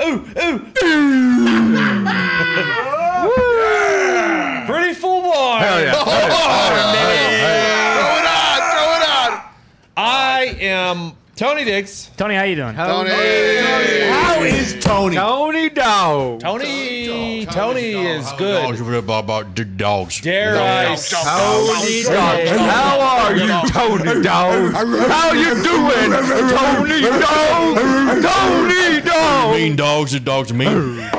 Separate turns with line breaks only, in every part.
ooh, ooh. Pretty full bar.
Hell yeah. oh,
Throw it on. Throw it on.
I am Tony Dix.
Tony, how you doing?
Tony.
How is Tony?
Tony Dog.
Tony. Tony Oh, is good.
about the dogs.
Dare I
Tony Dog. How are you, Tony Dog? How you doing, Tony Dog? Tony Dog.
Mean dogs and dogs are mean.
order?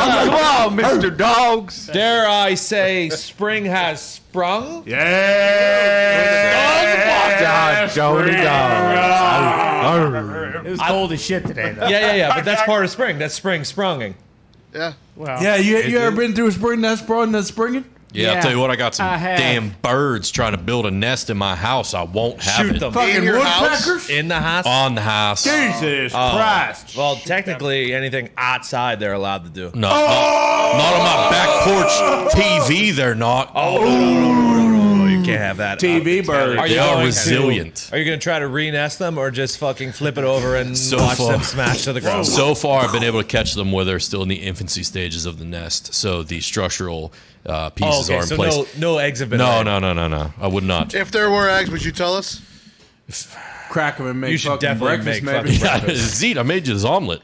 Come on, Mr. Dogs.
Dare I say spring has sprung?
Dog, Tony Dog.
It was cold as shit today, though.
Yeah, yeah, yeah. But that's part of spring. That's spring sprunging.
Yeah.
Well,
Yeah, you, you ever been through a spring that's sprung that's springing?
Yeah,
Yeah.
I'll tell you what, I got some
I have.
damn birds trying to build a nest in my house. I won't have
Shoot
it.
them
Fucking your house.
in the house.
On the house.
Jesus
Oh.
Christ.
Uh, Well, technically, anything outside they're allowed to do.
No, not- not on my back porch TV, they're not.
Oh, no, no, no, no, no, no, You can't have that. Uh,
TV bird.
Are
they
you
are
going
resilient.
Are you going to try to re-nest them or just fucking flip it over and
So
watch
far.
them smash to the ground?
So far, I've been able to catch them where they're still in the infancy stages of the nest. So the structural uh,
Oh,
pieces
okay,
are in
so
place.
no, no eggs have been
No,
laid.
no, no, no, no. I would not.
If there were eggs, would you tell us?
Crack 'em and make
You should
fucking
definitely
breakfast,
make
maybe.
Yeah, Zeke, I made you this omelet.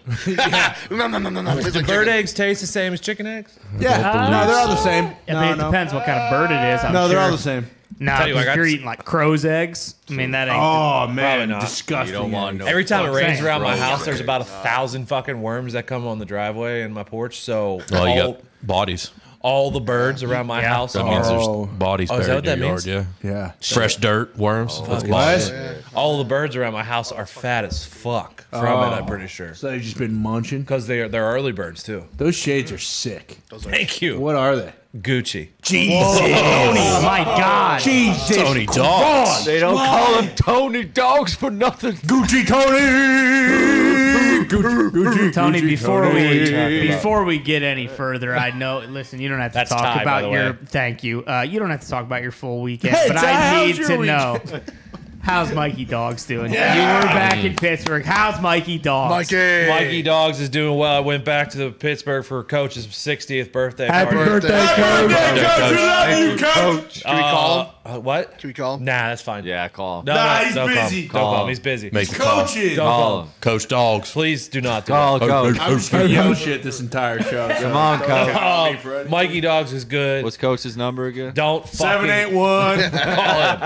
No, no, no, no, no. Please,
Do
like
bird
chicken.
eggs taste the same as chicken eggs?
yeah, no, they're all the same.
I
No,
mean, it
no.
depends what kind of bird it is. I'm
No, they're
sure.
all the same.
Nah,
Tell you, I
if
got
you're
s-
eating like crow's eggs, I mean that ain't.
Oh man,
not.
disgusting.
You don't want no-
Every time it rains
Same.
around my
Gross.
house, there's about a thousand fucking worms that come on the driveway and my porch. So
Oh, you
all,
got bodies.
all the birds around my
Yeah.
house
That
are
means
Oh.
there's bodies
Oh, is
buried
that
in
what
your
that
yard.
means?
Yeah.
Yeah.
Fresh dirt, worms. That's bodies.
What?
all the birds around my house are fat as fuck from it. I'm pretty sure
So they've just been munching.
because they are they're early birds too.
Those shades are sick.
Thank you,
What are they?
Gucci.
Oh my god!
Jesus.
Tony dogs.
They don't call them Tony Dogs for nothing.
Gucci Tony. Gucci, Gucci,
Tony,
Gucci,
before
Tony.
we before we get any further, I know. Listen, you don't have to
That's
talk
Ty, by
about
the
your.
way.
Thank you. Uh, you don't have to talk about your full weekend,
Hey,
but
Ty,
I
how's
need
your
to
weekend?
know how's Mikey Dogs doing. You were back in Pittsburgh. How's Mikey Dogs?
Mikey.
Mikey Dogs is doing well. I went back to the Pittsburgh for Coach's 60th birthday
Happy
party.
birthday,
Happy
Coach!
birthday, Coach. We love you, Coach.
Can we call him?
Uh, what?
Can we call him?
Nah, that's fine.
Yeah, call.
No,
Nah,
no,
he's
don't Call him.
busy.
Don't call
Call
him.
him.
He's busy.
Make the call.
Coaches.
Don't call him.
Coach dogs.
Please do
Oh,
not do
Call,
that.
Coach.
I'm just
I
gonna
yell
yell.
shit this entire show.
Come on, Coach.
Oh, Mikey Dogs is good.
What's Coach's number again?
don't fucking
Seven eight one.
call him.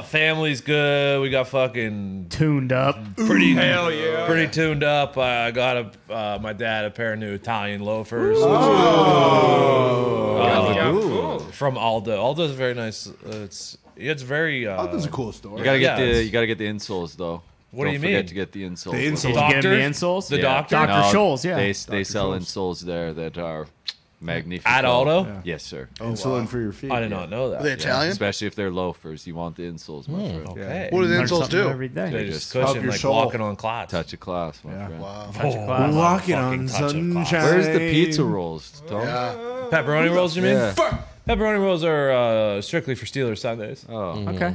uh, family's good. We got fucking
Tuned up.
pretty hell yeah, pretty tuned up. I got a uh, my dad a pair of new Italian loafers Uh,
Oh,
from Aldo. Aldo's very nice. Uh, it's it's very. Uh,
That's a cool story.
You gotta get
Yeah,
the
it's-
you gotta get the insoles though.
What do
Don't
you
forget
mean?
to get the insoles.
The insoles.
Did you get him the
Doctors?
insoles?
The doctor?
Dr. Scholl's, yeah.
They, they sell insoles there that are magnificent.
At Aldo? Yeah.
Yes, sir.
Oh,
Insulin for your feet.
I did not know that.
Are they Italian?
Especially if they're loafers, you want the insoles, my
Hmm.
friend.
okay.
What do the
Learn
insoles
something
do?
every day.
They just
Help
cushion
your
like
soul.
walking on clots.
Touch a class, my friend.
Wow.
Touch your class.
Walking
Fucking
on
touch of class.
sunshine.
Where's the pizza rolls? Don't.
Pepperoni rolls, you mean?
Yeah.
Pepperoni rolls are uh, strictly for Steelers Sundays.
Oh,
Okay.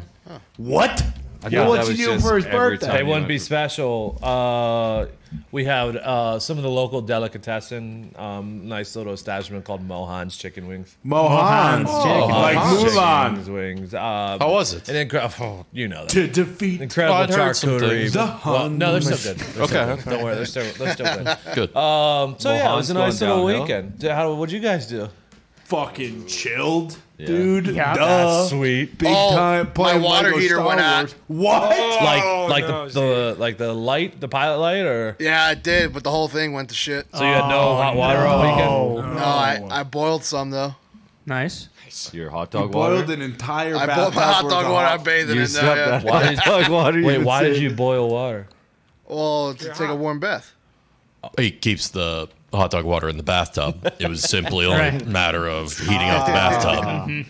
What?
I
Yeah.
thought
What's
that
he
was
doing
just
for his
every
birthday?
time
They
you
wouldn't
went
be
to-
special. Uh, we have uh, some of the local delicatessen, um, nice little establishment called Mohan's Chicken Wings.
Mohan's.
Mohan's chicken.
Like
Mohan's
move
Chicken
on.
Wings. wings. Um,
How was it?
An incredible, you know, that.
To defeat
incredible
I'd heard some
charcuterie.
things.
The
Well, no, they're still
Hun-
good. They're still
Okay.
good. don't worry, they're still, they're still good.
Good.
Um, so yeah, it was
Mohan's
a nice
going
little
downhill.
weekend. How, what'd you guys do?
fucking chilled, dude.
Yeah.
Duh.
sweet.
Big
Oh,
time.
my
playing
water
Lego
heater
Star
went out. Oh.
Wars. What?
Like, like the, the like the light, the pilot light, or
Yeah, I did, but the whole thing went to shit.
so you had no hot water all weekend.
Oh,
no, I, I boiled some though.
nice.
Your hot dog
Boiled
water.
an entire.
I boiled my hot dog water. I bathed it
You
in there.
slept
Yeah.
that hot dog water. you
Wait, why did
said.
you boil water?
Well, to take a warm bath.
He keeps the hot dog water in the bathtub. It was simply only
Right.
a matter of heating up the bathtub.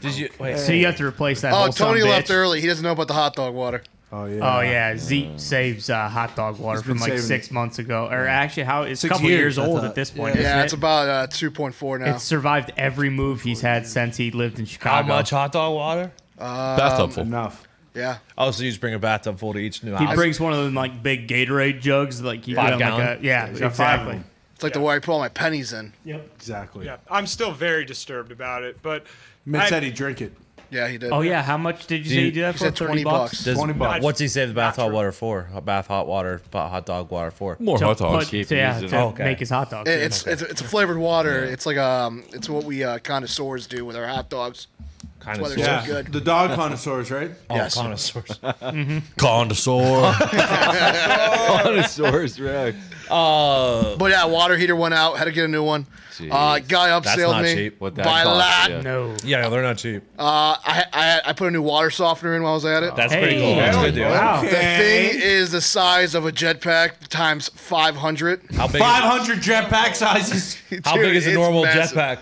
Did you wait?
So you have to replace that.
Oh,
whole son of
Tony
a bitch.
left early. He doesn't know about the hot dog water.
Oh yeah.
Oh yeah, Zeke saves uh, hot dog water
been
from like
saving
six months ago, or actually, how it's a
Six
couple years,
years, I
old
thought.
at this point.
Yeah.
isn't
Yeah,
it?
it's about uh, 2.4 now.
It's survived every move he's had since he lived in Chicago.
How much hot dog water?
bathtub full.
Enough.
Yeah.
Oh, so you just bring a bathtub full to each new
He
house.
brings one of them like big Gatorade jugs, like you
Five
put on, like
gallon?
a yeah,
got five of
exactly.
them.
It's like the where I put all my pennies in.
Yep. Exactly.
Yeah, I'm still very disturbed about it, but
Mitch
I-
said he drink it.
Yeah, he did.
Oh yeah, how much did
you-
you say you did that
He
for?
said
30
20
bucks.
bucks.
Does-
20 bucks.
What's he save the bath hot water for? A bath hot water, ba- hot dog water for?
More hot
To
dogs.
put-
Keep
to, yeah,
using
to
it.
Okay.
make his hot dogs.
It- it's, it's it's a flavored water. It's like um, it's what we uh, connoisseurs do with our hot dogs.
Kind
why
of
there's
yeah.
Yeah. good.
The dog connoisseurs, right?
oh,
Yes.
connoisseurs.
Connoisseur.
Connoisseurs, right?
Uh,
But yeah, water heater went out. Had to get a new one. Uh,
Jeez.
guy upselled
That's not
me
cheap.
What that
by a
cost,
lot.
yeah.
No.
yeah, they're not cheap.
Uh, I, I I put a new water softener in while I was at it.
That's
Hey,
pretty cool. That's a good deal.
Wow.
the thing is the size of a jetpack times 500.
How big?
500 jetpack sizes.
how big is a
Dude, it's
normal
massive.
jetpack?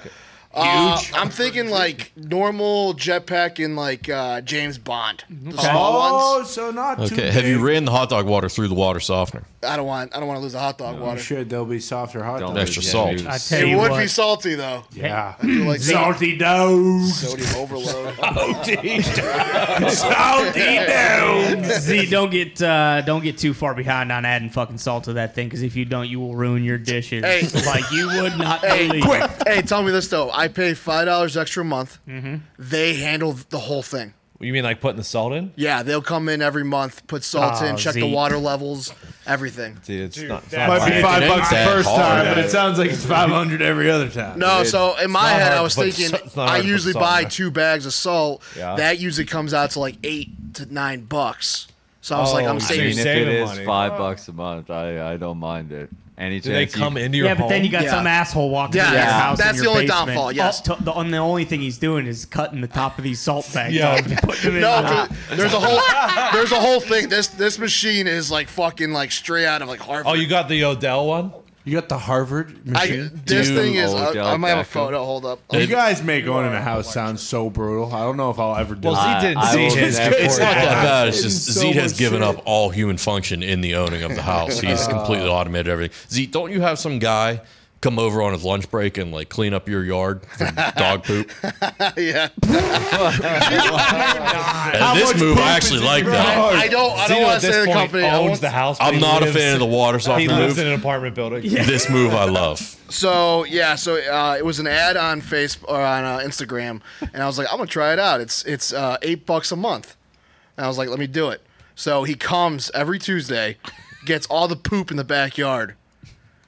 Uh, I'm thinking like normal jetpack in like uh, James Bond. The small
Oh,
ones.
so not too
Okay. Have you
big.
ran the hot dog water through the water softener?
I don't want. I don't want to lose the hot dog
You
water.
should. They'll be softer hot
Don't
dogs.
Extra
lose
salt.
that
I
news.
tell
It
you
would
what.
be salty though.
Yeah.
Like
Salty dogs.
sodium overload.
Salty dogs.
Z, don't get uh, don't get too far behind on adding fucking salt to that thing, because if you don't, you will ruin your dishes.
Hey.
Like you would not believe.
hey, tell me this though. I pay five dollars extra a month.
Mm-hmm.
They handle the whole thing.
You mean like putting the salt in?
Yeah, they'll come in every month, put salt
Aw,
Ah,
in, check the
Zeke.
water levels, everything.
Dude, it's
Dude,
not. It's
that
not
might
hard.
be
five
ain't
bucks the
that
first
hard
time,
at
but
it.
it sounds like it's 500 every other time.
No, so in my
not
head,
hard
I
to
was
put
thinking
sa- it's not
I
hard to put
usually
salt in
buy
there.
two bags of salt.
Yeah.
That usually comes out to like eight to nine bucks. So I was like,
Oh,
I'm
so
I mean,
saving.
if it
saving
is
money.
five bucks a month, I, I don't mind it. Any
Do
chance
they
you-
come into your
Yeah, but
home?
then you got
Yeah.
some asshole walking
Yeah,
into your
that's-
house.
that's
in your
the only
basement.
downfall, yes.
Oh, to- the, and the only thing he's doing is cutting the top of these salt bags
Yeah.
off and putting them in.
No,
the-
'cause there's a whole there's a whole thing. This this machine is like fucking like straight out of like Harvard.
oh, you got the Odell one.
You got the Harvard
I,
machine?
this
Dude,
thing is. I,
Odell
I might have a
Beckham.
photo. Hold up.
you guys make owning a house sound so brutal. I don't know if I'll ever do
Well,
it.
Z didn't
I
see
will
his.
never-
It's not that bad. It's
It's
just
so
Zeke has
much
given
shit.
up all human function in the owning of the house. He's completely automated everything. Zeke, don't you have some guy come over on his lunch break and like clean up your yard from dog poop?
yeah.
And this move, I actually like that.
I don't. I don't
Zeno
want
at
to
this
say the
point
company. I
Owns
won't-
the house. but
I'm
he
not a
lives-
fan of the water
He
softener
lives in
move.
an apartment building.
This move I love.
So yeah, so uh, it was an ad on Facebook or on uh, Instagram, and I was like, I'm gonna try it out. It's it's uh, eight bucks a month, and I was like, let me do it. So he comes every Tuesday, gets all the poop in the backyard.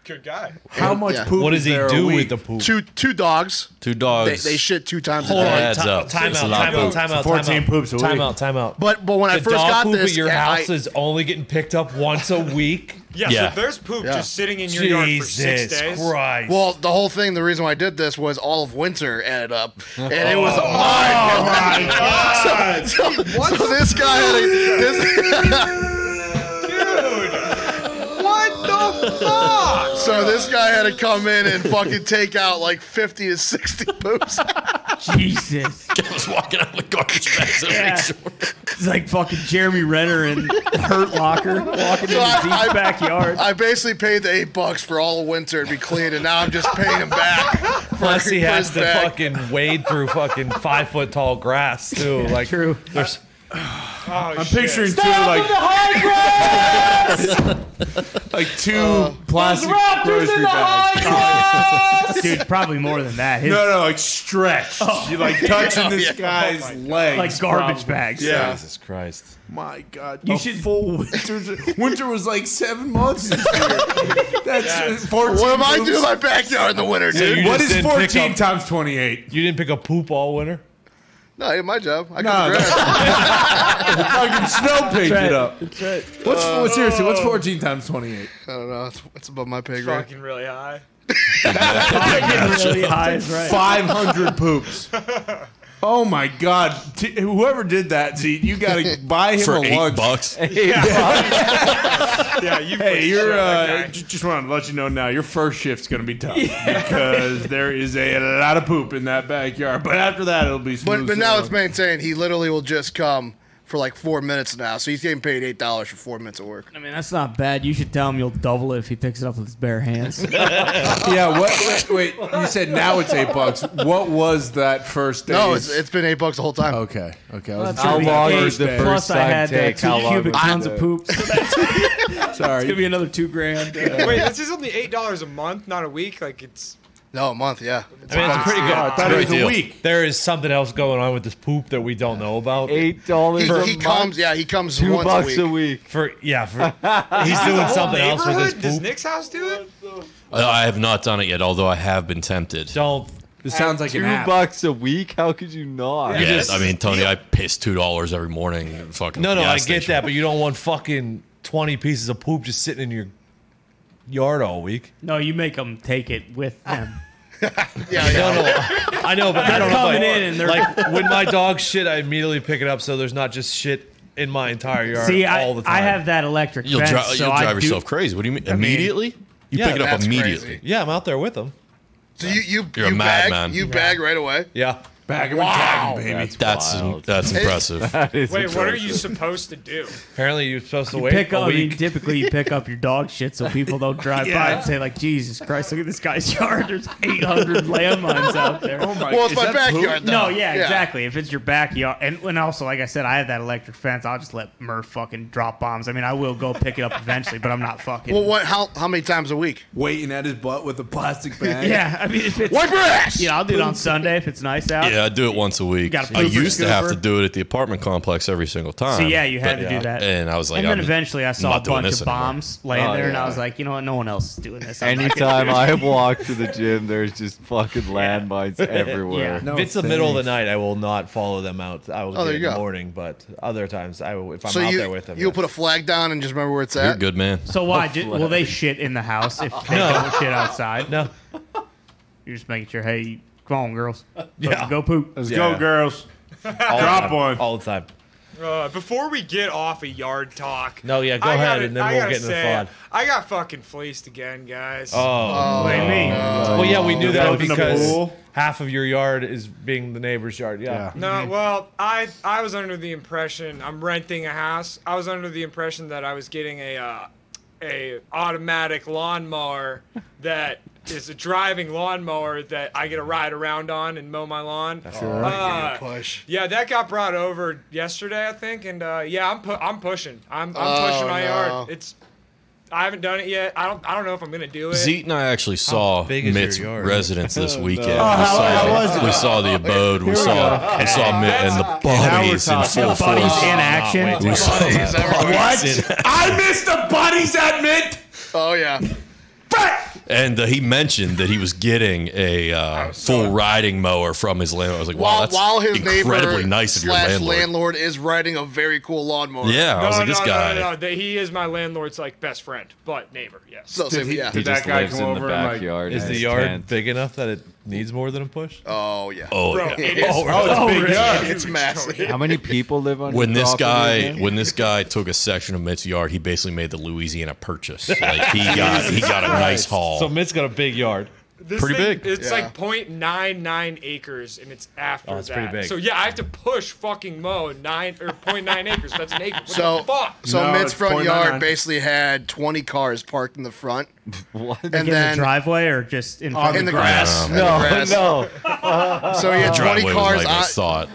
good guy.
How much
Yeah.
poop
What
is
does he
there a
do
week?
with the poop?
Two two dogs.
Two
They,
dogs.
they shit two times a
Hold
day.
on.
adds
Ti-
up.
Time
It's a
out.
lot
Time
of
out.
poop.
Time out.
14
time out.
poops a
Time
week.
out. Time out.
But but when I
the
first
dog
got
poop
this,
at your
and I-
house is only getting picked up once a week.
Yeah,
Yeah.
so there's poop
Yeah.
just sitting in your yard for six
Jesus
days.
Christ!
well, the whole thing, the reason why I did this was all of winter added up, and it was oh
Oh.
a
Oh
lot. so, so this guy had a, this,
What the fuck?
so this guy had to come in and fucking take out like fifty to sixty poops.
Jesus.
I was walking out with garbage bags.
Yeah. It's like fucking Jeremy Renner and Hurt Locker walking in
I-
Zeke's
I-
backyard.
I basically paid the eight bucks for all of winter to be clean, and now I'm just paying him back. For,
Plus, he
for
has
his
to
bag.
fucking wade through fucking five foot tall grass too. Like
true.
There's
Oh,
I'm picturing two like like two plastic grocery bags.
Dude, probably more than that. His,
No, no, like stretched.
Oh.
You're like touching this
yeah.
guy's legs,
like garbage
probably.
bags.
Yeah.
Jesus Christ.
My God,
You
you
should-
should full winter. Winter was like seven months. This year. That's fourteen.
What am I doing in
moves.
my backyard in the winter, dude?
you
What
just
is
didn't pick
fourteen
up-
times twenty-eight?
You didn't pick up poop all winter.
No, I did my job. I
No,
cut the grass.
Fucking snow picked it up. What's well, seriously?
Oh.
What's fourteen times twenty-eight?
I don't know. It's, it's above my pay grade.
fucking really high.
Really high is right.
Five hundred poops. Oh my God! T- whoever did that, Z, you gotta buy him
For
a
eight
lunch.
bucks.
Yeah, you.
Hey, you're. Uh,
That guy.
j- just want to let you know now, your first shift's gonna be tough because there is a lot of poop in that backyard. But after that, it'll be. Smooth
But, but now it's
sailing.
maintained. He literally will just come for like four minutes now. So he's getting paid eight dollars for four minutes of work.
I mean, that's not bad. You should tell him you'll double it if he picks it up with his bare hands.
yeah. What? Wait, wait. You said now it's eight bucks. What was that first day?
No, it's, it's been eight bucks the whole time.
okay. Okay. I wasn't
How
sure.
long
First
is
the
day.
first-
Plus, I
time
had that
take,
two
how long
cubic
would it
pounds
take?
of poop. So that's gonna
Sorry.
be another two grand.
Wait, this is only eight dollars a month, not a week. Like it's
No, a month. Yeah.
I mean, it's a pretty good.
Oh, I thought it
Great
was a
deal.
week.
There is something else going on with this poop that we don't know about.
Eight dollars
He,
a
he
month,
comes. Yeah, he comes
two
once a
bucks
week.
a week.
For yeah, for he's doing something else with his
neighborhood. Does
poop.
Nick's house do it?
I I have not done it yet, although I have been tempted.
Don't
This sounds like
Two
an app.
bucks a week? How could you not?
Yeah,
just-
I mean, Tony, I piss two dollars every morning. at Fucking
no, no. I get
gas station.
that, but you don't want fucking twenty pieces of poop just sitting in your yard all week.
No, you make them take it with them.
Yeah, yeah.
No, no, I know, but I don't know. if
coming
I-
in and they're-
like when my dog shit, I immediately pick it up so there's not just shit in my entire yard
See, I,
all the time.
I have that electric
You'll,
fence,
dri-
so
you'll
I
drive
do-
yourself crazy. What do you mean? Immediately? you
Yeah,
pick it up
that's
immediately.
crazy.
Yeah, I'm out there with them.
So you you
You're a
you bag
madman.
you bag right away.
Yeah.
Back of a dragon, baby.
That's
Wild.
that's impressive.
Wait, what are you supposed to do?
Apparently, you're supposed to wait
Pick
a
up. I mean,
week.
typically, you pick up your dog shit so people don't drive by and say, like, Jesus Christ, look at this guy's yard. There's 800 landmines out there.
Oh
Well, it's
Is
my
that poop?
backyard. Though.
No, yeah, exactly. If it's your backyard, and, and also, like I said, I have that electric fence. I'll just let Murph fucking drop bombs. I mean, I will go pick it up eventually, but I'm not fucking.
Well, what? How how many times a week?
Waiting at his butt with a plastic bag.
yeah, I mean, if it's
Wipe your ass.
yeah, I'll do it on Sunday if it's nice out.
Yeah, I do it once a week.
gotta
I
pooper
used to have to
scooper.
do it at the apartment complex every single time.
So yeah, you had
but-
to do that.
And I was like,
and then
I'm
eventually, I saw a
not doing
bunch
this
of
anymore.
bombs laying
Oh,
there, and I
yeah.
was like, you know what? No one else is doing this. I'm not gonna
Anytime I walk to the gym, there's just fucking landmines everywhere.
Yeah.
if it's the middle of the night, I will not follow them out. I will
Oh,
do
there
it in
you
the
go.
morning, but other times I will if I'm
so
out
you
there with them.
you'll
yes.
put a flag down and just remember where it's
You're a
at.
good man.
So why? Did, will they shit in the house if they don't shit outside?
no.
You're just making sure. Hey, come on, girls.
Yeah.
go poop.
Let's
go, Yeah.
girls.
All the
Drop
time.
one.
all the time.
Uh, before we get off a yard talk,
No, yeah, go
I
ahead,
gotta-
and then
I
we'll
gotta
get into the
say,
fun.
I got fucking fleeced again, guys.
Oh,
Blame me.
well, yeah, we knew that
Both in the
because
pool.
half of your yard is being the neighbor's yard. Yeah,
No, well, I I was under the impression I'm renting a house. I was under the impression that I was getting a uh, a automatic lawnmower that is a driving lawnmower that I get to ride around on and mow my lawn. Uh,
Push.
yeah, that got brought over yesterday, I think, and uh, yeah, I'm pu- I'm pushing. I'm, I'm
Oh,
pushing my
no.
yard. It's I haven't done it yet. I don't I don't know if I'm gonna do it.
Zeke and I actually saw
big is your
Mitt's
yard?
residence this weekend.
how-
we, saw,
how was it?
we saw the abode. We saw we saw Mitt and the bodies in
talking.
full
Buddies
force.
in action.
We saw the bodies in-
I missed the buddies at mid.
Oh yeah.
And uh, he mentioned that he was getting a uh, full riding mower from his landlord. I was like, wow,
While
that's
while his
incredibly
neighbor
nice of your
slash
landlord.
landlord is riding a very cool lawnmower.
Yeah, I
No,
was like,
no,
this
no,
guy.
no, no, no. He is my landlord's like best friend, but neighbor. Yes.
So same, yeah.
Did
that
that
guy
guy
come over
in the
and, like,
backyard?
is
in
the
his
yard
tent.
big enough that it needs more than a push?
Oh yeah.
Oh,
Bro,
yeah.
it is.
Oh, it's big yard.
It's massive.
How many people live on?
when
your
this
property
guy
again?
when this guy took a section of Mitt's yard, he basically made the Louisiana purchase. Like he got he got a nice
Oh.
haul.
So Mitt's got a big yard.
This
Pretty
thing-
big.
It's
Yeah.
like 0.99 acres, and it's after
Oh, it's
that.
pretty big.
So yeah, I have to push fucking mow nine or 0.9 acres. That's an acre. What
So
the fuck?
so
No,
Mitt's
it's
front
0.99.
yard basically had 20 cars parked in the front,
What?
and
in
then
the driveway or just in
in
front
the
of
grass. in the
No,
grass.
no.
So he had 20
Uh, driveway was
cars.
like I
on,
thought.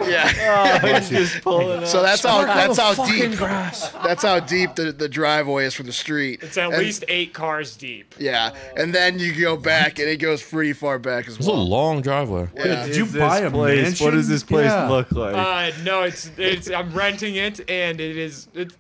yeah.
He's just pulling up.
So that's how that's how deep that's how deep the, the driveway is from the street.
It's at
And-
least eight cars deep.
yeah, and then you go back and it goes pretty far back as
It's a
well.
long driveway.
Yeah.
Did you
This
buy a
place.
mansion?
What does this place
Yeah.
look like?
Uh, no, it's it's. I'm renting it, and it is it's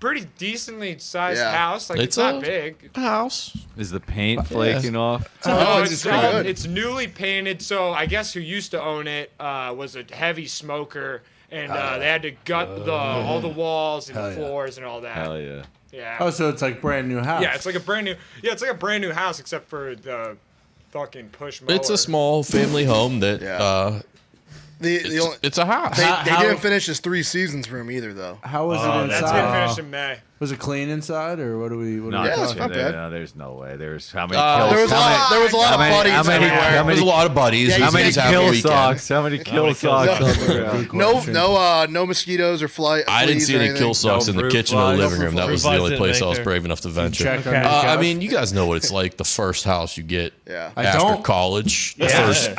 pretty decently sized
Yeah.
house. Like it's,
It's
not
a-
big.
House.
Is the paint flaking off?
Oh,
No,
it's
it's,
pretty
um,
good.
it's newly painted, so I guess who used to own it uh, was a heavy smoker, and uh, they had to gut the all the walls and
Hell yeah.
floors and all that.
Hell yeah.
Yeah.
Oh, so it's like brand new house.
yeah, it's like a brand new. Yeah, it's like a brand new house except for the fucking push mower.
It's a small family home that
Yeah.
uh,
The, the
it's,
only,
it's a house.
they, they didn't finish his three seasons room either, though.
How was it
Oh, That's
inside?
gonna finish in May.
Was it clean inside, or what do we? What
No,
do
Yeah,
we
it's
talk-
not
there-
bad.
no, there's no way. There's how many
Uh,
kills?
There was a
How
lot. There was a lot of
how many-
buddies
how many-
everywhere.
how
There's a lot of buddies.
Yeah,
There's
How many
things happening
kill
weekend.
socks? How many kill socks?
socks?
on the ground?
No, no, uh, no mosquitoes or fly.
I didn't
fleas
see
or
any
anything.
kill socks
No
in the
fruit
kitchen or the
flies.
living room. That was the
Fruit
only
flies
place I
didn't
was
make
brave enough to venture.
Check
Uh,
on
Okay.
the
I
couch.
mean, you guys know what it's like. The first house you get
Yeah.
I
after
don't.
college. The
Yeah.
first-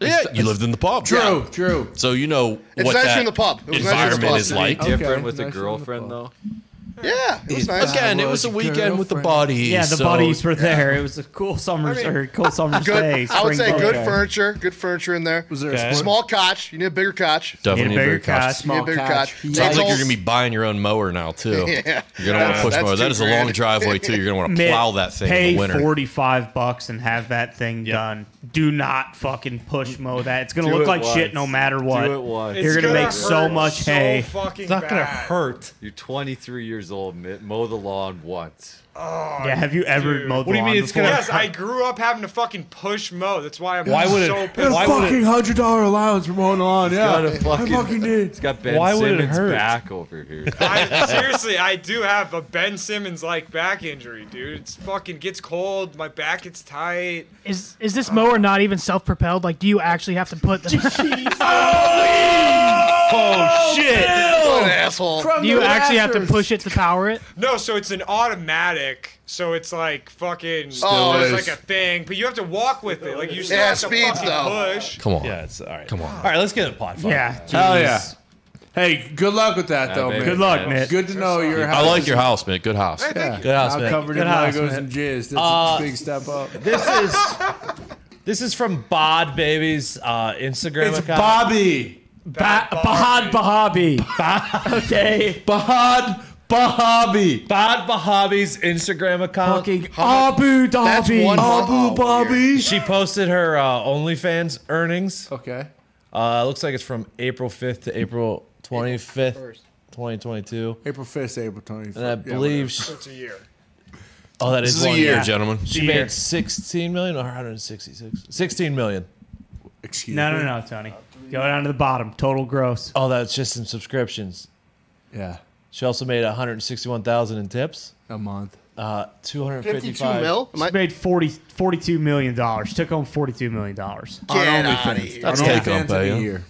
yeah, you lived in the pub.
True, true.
So you know
It's
what
nicer
that
in the pub. It was nicer in the
environment
pub.
is like.
Okay,
Different with a
nice on the
girlfriend
ball.
though.
Yeah, it was nice.
Again,
I
it was
was
a
your
weekend with the
girlfriend.
buddies.
Yeah, the
so-
buddies were there. It was a cool summer
mean,
or cool summer
Good.
day.
I would
spring
say
break.
good furniture. Good furniture in there.
Was there a
Okay.
split?
Small cotch. You need a bigger cotch.
Definitely
Need a bigger
very cautious.
couch.
You need a
Small
bigger
couch.
cotch.
Sounds
They
Sounds like
told-
you're gonna be buying your own mower now too.
Yeah.
You're gonna want to push
that's
mower. That
two
is a long
grand.
driveway too. You're gonna want to
Mitt,
plow that thing
Pay
in the winter.
forty-five bucks and have that thing done. Do not fucking push mow that. It's gonna
Do
look
it
like shit
once.
no matter what.
Do it once.
You're gonna make so
hurt
much
so
hay.
Fucking
It's not gonna
bad.
hurt.
You're 23 years old. Mitt. Mow the lawn once.
Oh,
Yeah, have you ever
dude.
mowed the
What do you
lawn
mean it's
before?
gonna-
Yes, I grew up having to fucking push mow. That's why I'm
Why would it-
so
It's
pissed.
Why would it-
fucking hundred dollar allowance for mowing the lawn. Yeah,
Gotta fucking-
I fucking
It's
did.
got Ben
Why would it
Simmons
hurt?
back over here.
I, seriously, I do have a Ben Simmons like back injury, dude. It's fucking gets cold. My back gets tight.
Is is this mower not even self-propelled? Like, do you actually have to put the?
Oh shit!
What an asshole.
do you actually have to push it to power it?
No, so it's an automatic. So it's like fucking.
Oh,
it's
it
like
is.
a thing, but you have to walk with it. Like you still
Yeah,
have to
speeds,
fucking
though.
push.
Come on.
Yeah, it's all right.
Come on.
All right, let's get in the pot. Fuck.
Yeah.
Hell
jeez.
yeah. Hey, good luck with that though,
baby.
man.
Good luck,
Yeah.
Mitt.
Good to know your house.
I like your house, man. Good house.
Yeah.
Good house,
Now
man.
covered
Good
in
house,
Legos
man.
and jizz. That's
Uh,
a big step up.
This is this is from Bod Baby's uh, Instagram
It's
account.
Bobby.
Ba- Bahad Bahabi. okay.
Bahad Bahabi.
Bod Bahabi's Instagram account.
Fucking Abu
That's
Dhabi.
one.
Abu
Oh, weird.
Bobby.
She posted her uh, OnlyFans earnings.
Okay.
Uh, looks like it's from April 5th to April 25th, 2022.
April 5th, April 25th.
And I believe, she,
It's a year.
oh, that is
This is a
one
year,
year.
gentlemen.
She made 16 million or 166? 16 million.
Excuse
No, no,
me.
no, Tony. Go down to the bottom. Total gross.
Oh, that's just in subscriptions.
Yeah.
She also made 161,000 in tips.
A month.
Uh,
52
255.
mil. Am I-
She made 40, 42 million dollars. Took home forty-two million dollars.
Get out of here.
That's take home pay. huh?
year.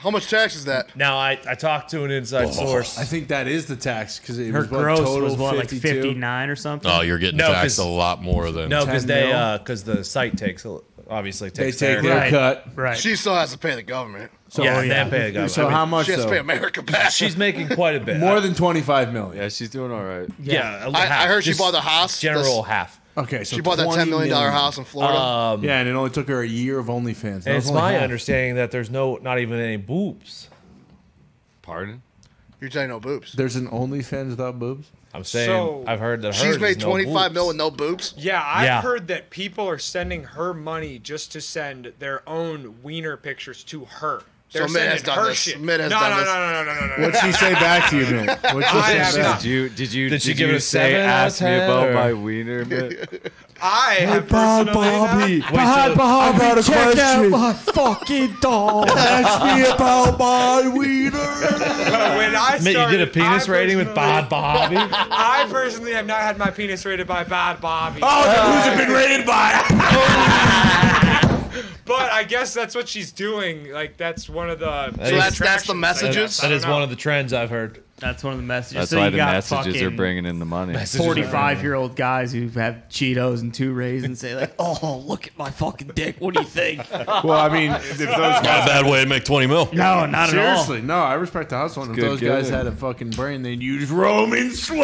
How much tax is that?
Now, I, I talked to an inside source.
Oh, I think that is the tax because it
Her
was what,
gross
total
was what, like
52?
fifty-nine or something.
Oh, you're getting
No, 'cause-
taxed a lot more than.
no, because
10
they
mil?
uh 'cause the site takes a- obviously
They
takes
take
their-
their
Right.
cut.
right.
She still has to pay the government.
So,
yeah, they pay the government.
So
I mean,
how much
She has to pay
though?
America back.
she's making quite a bit.
More than twenty-five million.
Yeah, she's doing all right.
yeah.
I, I heard she
Just
bought the house.
general
This-
half.
Okay, so
She bought that
$20
ten million dollar house in Florida.
Um,
Yeah, and it only took her a year of OnlyFans. That
And
was
it's
only
my
half.
understanding that there's no, not even any boobs.
Pardon?
You're telling no boobs.
There's an OnlyFans without boobs.
I'm saying
So-
I've heard that
She's
hers
made
is no
25 mil
boobs.
with no boobs.
Yeah, I've
Yeah.
heard that people are sending her money just to send their own wiener pictures to her. They're
Mitt has
sending
done
her
this.
shit.
Mitt has
no,
done
no,
this.
no, no, no, no, no, no,
What'd she say back to you, man? What'd she
I
say
have
back?
not.
Did you did you
Did she give
you
it a
say
seven out of
ask me
10,
about
or-
my wiener? Mitt?
I have personally not-
Behind,
I got a question.
fucking doll.
Ask me about my wiener.
When I
Mitt, you
started,
did a penis
I
rating with Bod
personally-
Bobby.
I personally have not had my penis rated by Bad Bobby.
Oh,
Uh,
Who's it been rated by?
But I guess that's what she's doing. Like that's one of the.
is-
So that's that's the
Attractions.
messages.
that is one of the trends I've heard.
That's one of the messages.
That's
so
why
you
the
got
messages are
fucking
bringing in the money.
Forty-five-year-old guys who have Cheetos and two rays and say like, "Oh, look at my fucking dick. What do you think?"
Well, I mean, if those guys,
Not a bad way to make 20 mil.
No, not
seriously, no, I respect the hustle. And if
good
those guys
getting.
had a fucking brain, they'd use Roman swag.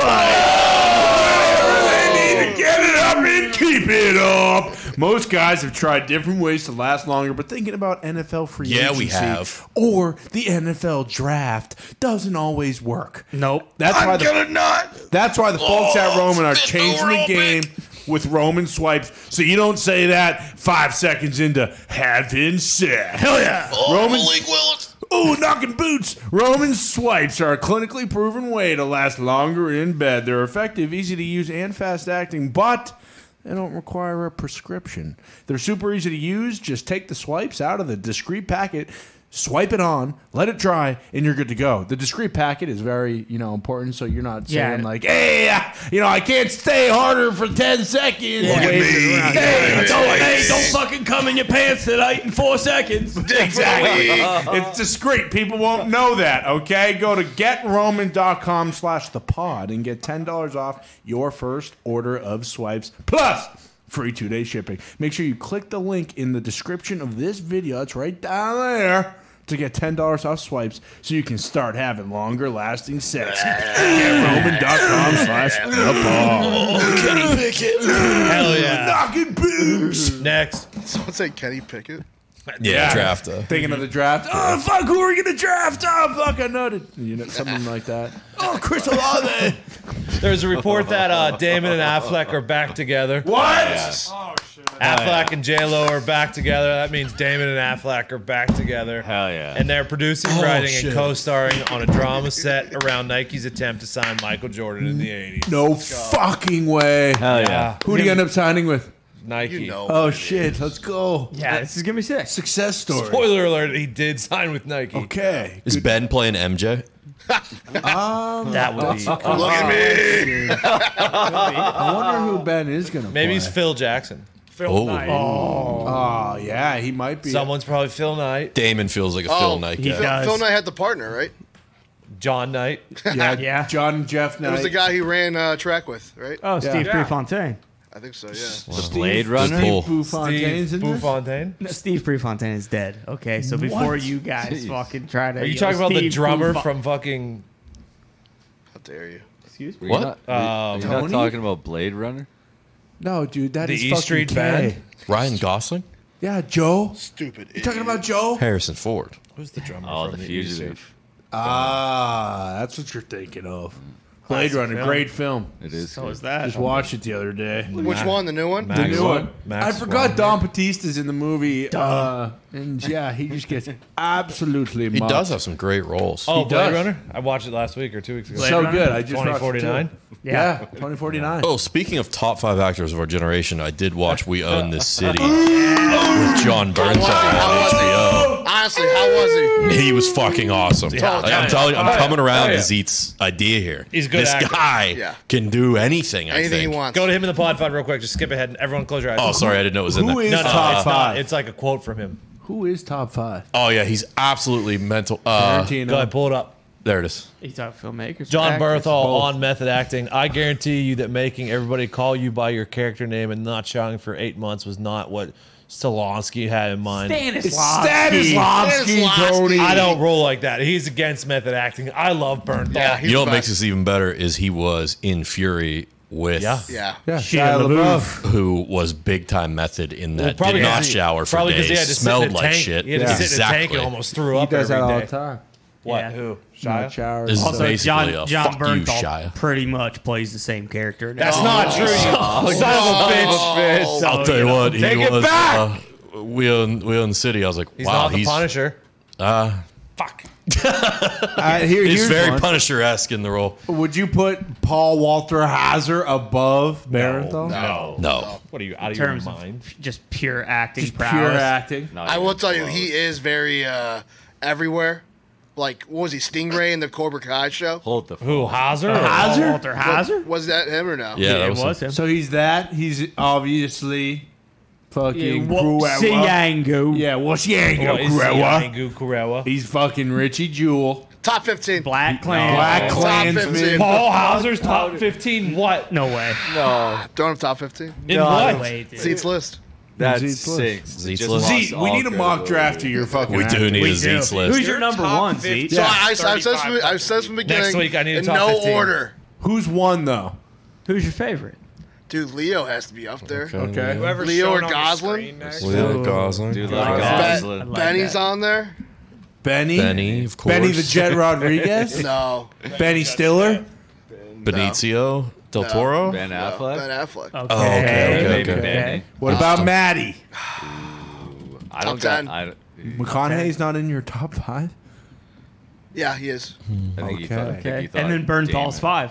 Whatever they need to Get it up and keep it up. Most guys have tried different ways to last longer, but thinking about NFL free
Yeah, we
agency
have.
or the NFL draft doesn't always work.
at all. Nope.
That's why the, That's why the folks at Roman are changing Oh, the game with Roman swipes. So you don't say that five seconds into having sex. Hell yeah. Oh, Roman Ooh, knocking boots. Roman swipes are a clinically proven way to last longer in bed. They're effective, easy to use, and fast acting, but they don't require a prescription. They're super easy to use. Just take the swipes out of the discreet packet Swipe it on, let it dry, and you're good to go. The discrete packet is very, you know, important. So you're not
Yeah,
saying
and-
like, "Hey, I- you know, I can't stay harder for ten seconds."
Look at
Wave
me.
it around.
Yeah,
Hey,
Don't, hey, don't fucking come in your pants tonight in four seconds.
Exactly. it's discreet. People won't know that, okay? Go to getroman.com slash the pod and get $10 off your first order of swipes plus free two day shipping. Make sure you click the link in the description of this video. It's right down there. To get $10 off swipes so you can start having longer lasting sex. GetRoman.com slash the pod.
Hell yeah.
Knocking boobs.
Next.
Someone say Kenny Pickett.
Yeah, draft uh, a.
Thinking of the draft. Oh, fuck, who are we going to draft? Oh, fuck, I noted. You know, something like that.
Oh, Chris Olave.
There's a report that uh, Damon and Affleck are back together.
What?
Oh shit.
Affleck and J Lo are back together. That means Damon and Affleck are back together.
Hell yeah.
And they're producing, writing,
shit.
and co-starring on a drama set around Nike's attempt to sign Michael Jordan in the '80s.
No fucking way.
Hell yeah.
Who do you end up signing with?
Nike.
You know.
Oh shit, let's go.
Yeah, this is gonna be sick.
Success story.
Spoiler alert: He did sign with Nike.
Okay.
Is Ben playing MJ?
That would be
Look at me.
I wonder who Ben is gonna
uh, maybe
play.
it's Phil Jackson.
Phil
Oh.
Knight.
Oh yeah, he might be.
Someone's probably Phil Knight,
Damon feels like a Phil
Oh,
Knight
he
guy.
does.
Phil Knight had the partner, right?
John Knight.
Yeah,
Yeah.
John and Jeff Knight.
It was the guy he ran uh, track with, right?
Oh, Steve
Yeah.
Prefontaine.
I think so. Yeah.
The Blade
Runner?
Runner?
Cool.
Bufontaine's
Steve
in this?
Bufontaine.
No, Steve Prefontaine is dead. Okay, so before you guys fucking try to,
Are you talking about the
Steve
drummer
Prefon-
from fucking?
How dare you?
Excuse
Were
me.
you
What?
not- were you- Are you
Tony?
not talking about Blade Runner?
No, dude, that
The
is
E
fucking
Street
K.
Band?
Ryan Gosling?
Yeah, Joe.
Stupid.
You talking about Joe?
Harrison Ford.
Who's the drummer?
Oh,
from
The Fugitive.
Ah, that's what you're thinking of. Blade Runner, great film.
It is.
So is that?
Just watched it the other day.
Which one? The new one?
Max-
The new one.
Max
I forgot
Weinberg.
Don Batista's in the movie. Uh, and yeah, he just gets absolutely
He does have some great roles.
Oh, Blade
He does.
Runner. I watched it last week or two weeks ago.
so
Runner?
good. I just watched it, too.
2049.
Yeah, 2049.
Oh, speaking of top five actors of our generation, I did watch We Own This City with John Bernthal on HBO.
Honestly, how was
He was fucking awesome. Like, I'm telling you, I'm coming around
Oh, yeah.
to Zeet's idea here.
He's a good
This
actor.
guy
Yeah.
can do anything, I
he? Anything he
think.
wants.
Go to him in the pod fight real quick. Just skip ahead and everyone close your eyes.
Oh, sorry, I didn't know it was in
Who
there.
is
No, no,
top
it's
five?
not. It's like a quote from him.
Who is top five?
Oh, yeah, he's absolutely mental. Uh,
Go ahead, pull it up.
there it is.
He's talking filmmakers.
John
actors.
Berthal on method acting. I guarantee you that making everybody call you by your character name and not shouting for eight months was not what Stolonsky had in mind.
Stanislavski, Tony.
I don't roll like that. He's against method acting. I love Berthal.
Yeah. He's
you know
the
what makes
best.
this even better is he was in Fury with
Yeah.
Yeah.
Yeah,
Shia
Shia LaBeouf.
who was big time method in
Well,
that did
'cause
not
he-
shower for
probably 'cause
days,
he had to sit in a
smelled like
tank.
shit.
He had to
Yeah.
sit in a tank and almost threw
He
up
does that
every
all
day.
the time.
What?
Yeah.
Who? uh,
Not
Shia?
showers.
This is
Also,
basically
John
a
John
fuck you,
Berthal
Shia.
pretty much plays the same character. Now.
That's not true. You Oh. son of a bitch.
I'll tell you
yeah.
what, he
"Oh, Take it
was.
back!
Uh, we own we own the city. I was like,
He's
wow,
not the
he's
Punisher.
Uh, here,
he's
here's
very
one.
Punisher esque in the role.
Would you put Paul Walter Hazard above Marathon?
No.
No,
What are you out of your
terms of
mind?
just pure acting
Just pure
prowess.
acting.
Not
I will
even
tell you,
close.
he is very uh, everywhere. Like, what was he, Stingray in the Cobra Kai show?
Hold the. F-
Who? Hazard? or-
Hazard?
Walter Hazard.
Was that him or no?
yeah,
it
that
was, him.
So he's that. He's obviously fucking
Wo-
Cruella.
Siyangu.
Yeah, what's Yango
What is he?
Cruella?
Yangu Kurewa.
He's fucking Richie Jewell.
Top 15.
Black Clan.
Black
Top
Klansman.
15.
Paul Hauser's top 15 what?
No way.
Don't have top 15.
In
No
what?
way, dude.
Seats list.
that
Zeetz list.
stinks.
Zeetz
Just
list.
lost
Zeke, we
all
need a mock
credibility.
draft of your fucking.
we do
actor.
need
We
a
do.
Zeke's
Who's
list.
your number one, Zeke?
So I, I, I've, said from, I've said from the beginning.
Next week, I need a
in
top
no
15.
order.
Who's won though?
Who's your favorite?
Dude, Leo has to be up there.
Okay.
Whoever's
Leo
shown
or
on the
Goslin?
screen next.
Leo Gosling,
Oh
Dude,
Gosling.
like uh,
Ben-
Gosling.
like
Benny's
that.
on there?
Benny.
Benny, of course,
Benny the Jet Rodriguez.
No.
Benny Stiller.
Benicio del Toro.
Ben
No,
Affleck.
Ben Affleck.
Okay.
Oh, okay, okay,
Maybe
okay.
Benny.
What about Maddie?
I don't
Top
got.
10.
I, don't-
McConaughey's not in your top five.
Yeah, he is.
I think he thought. I think he
Okay.
thought
And then Bernthal's
Damon.
five.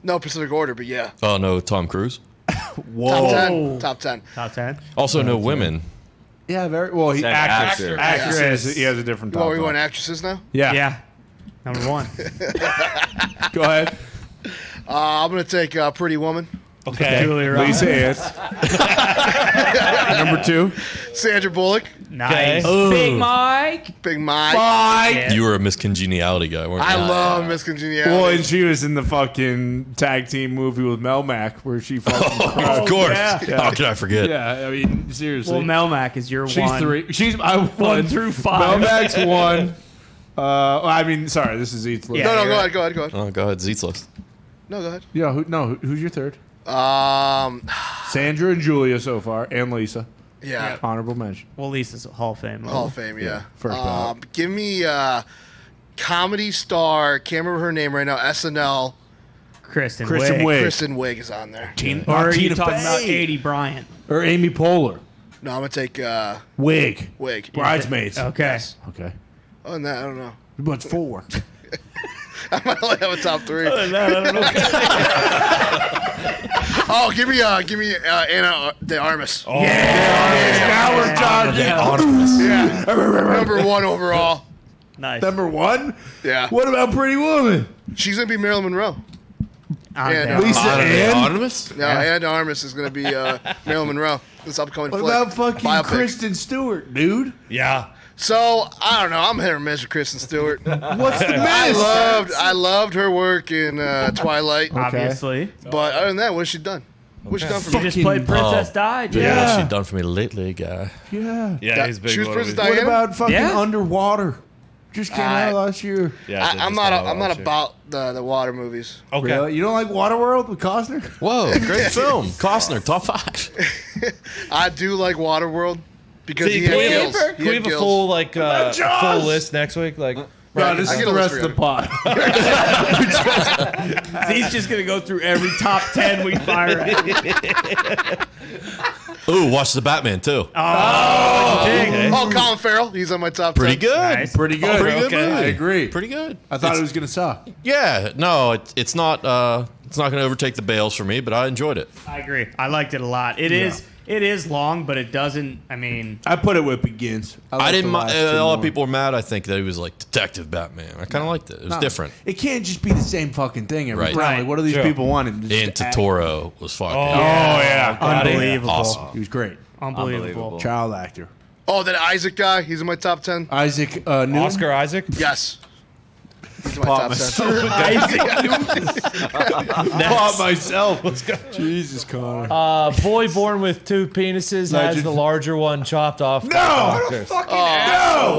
No Pacific Order, but yeah.
Oh no, Tom Cruise.
Top
Oh.
Whoa.
10. Top 10.
Top ten.
Also, no women.
Yeah, very well. He
That
actress,
actor.
actress.
Actress.
He has a different.
Well,
Top
we
on.
want actresses now.
Yeah.
Yeah. Number one.
Go ahead.
Uh, I'm gonna take uh, Pretty Woman,
Julia Roberts.
Lisa Ants. Number two.
Sandra Bullock,
Nice.
Big
Mike.
Big Mike.
Bye.
Yeah.
You were a miscongeniality guy, weren't you?
I love Miss
Well,
Congeniality.
and she was in the fucking tag team movie with Mel Mac, where she fucking.
of
crushed.
course.
Yeah.
How could I forget?
Yeah, I mean, seriously.
Well, Melmac is your
She's
one.
three. She's I won
One through five.
Melmax one. Uh, I mean, sorry, this is each.
Yeah.
Yeah.
no, no, go
you're
ahead, go ahead, go ahead.
Oh, go ahead, Zeet's list.
No, go ahead.
yeah who, no. Who, who's your third?
Um,
Sandra and Julia so far, and Lisa.
yeah,
Honorable mention.
Well, Lisa's a Hall of Fame.
Hall of Fame. Yeah.
first
um, give me uh, comedy star. Can't remember her name right now. SNL.
Kristen,
Kristen
Wiig.
Wiig.
Kristen Wiig is on there.
Or are you
Tina
talking about
Fey.
Katie Bryant?
Or Amy Poehler.
No, I'm gonna take uh,
Wig.
Wiig.
Bridesmaids.
Okay.
Okay.
Oh, and that I don't know.
But four.
I might only have a top three. oh, give me, uh, give me uh, Anna De Armas. Oh,
Now we're talking.
number one overall.
Nice.
Number one.
Yeah,
What about Pretty Woman?
she's gonna be Marilyn Monroe.
I'm
Yeah,
down.
Lisa Ann.
Anonymous?
No, Anna De Armas is gonna be uh, Marilyn Monroe. This upcoming
What
flick.
about fucking
Biopic.
Kristen Stewart, dude?
Yeah.
So I don't know. I'm hit or miss with Kristen Stewart.
What's the
I
mess?
loved, I loved her work in uh, Twilight.
Obviously.
But other than that, what's she done? What's she done for
You
me?
just played Princess Di,
Dude,
Jay.
What's
Yeah.
she done for me lately, guy?
Yeah.
Yeah, he's big.
She was
one
Princess
of these.
What
Diana?
about fucking
Yeah.
Underwater? Just came
Oh, I-
out last year.
Yeah,
I,
just
I'm not. A,
thought
I'm not
about you.
about the the water movies.
Okay.
Really? You don't like Waterworld with Costner?
Whoa, great film. Costner, top five.
I do like Waterworld because
See,
he had
can we-
gills. He
Can
had
we have a
gills.
full like uh,
Jaws?
full list next week? Like,
Uh, No, this
I
is
get
the
a
rest of
list
the pot.
He's just going to go through every top 10 we fire at.
Ooh, watch the Batman too.
Oh, Colin Farrell. He's on my top.
pretty
10.
good.
Nice.
Pretty good.
pretty good
I
movie.
agree.
Pretty good.
I thought it was gonna suck.
Yeah, no, it, it's not. Uh, it's not going to overtake the bales for me, but I enjoyed it.
I agree. I liked it a lot. It is. It is long, but it doesn't. I mean,
I put it with Begins.
I
liked
didn't.
the
mi-
last
uh,
two
a lot of
more.
people were mad. I think that he was like Detective Batman. I kind of liked it. It was
No,
different.
It can't just be the same fucking thing every
Right.
time. Like,
Right.
what do these
Sure.
people want? him to just
And
act?
Totoro was fucking
yeah,
Oh, unbelievable,
awesome.
he was great.
unbelievable.
Child actor.
Oh, that Isaac guy. He's in my top ten.
Isaac uh, Newton.
Oscar Isaac.
Yes. He's in my
Pop
top ten.
myself. Pop myself. Jesus, Connor.
Uh, boy born with two penises has
Legend.
the larger one chopped off. by
no.
doctors.
Fucking no.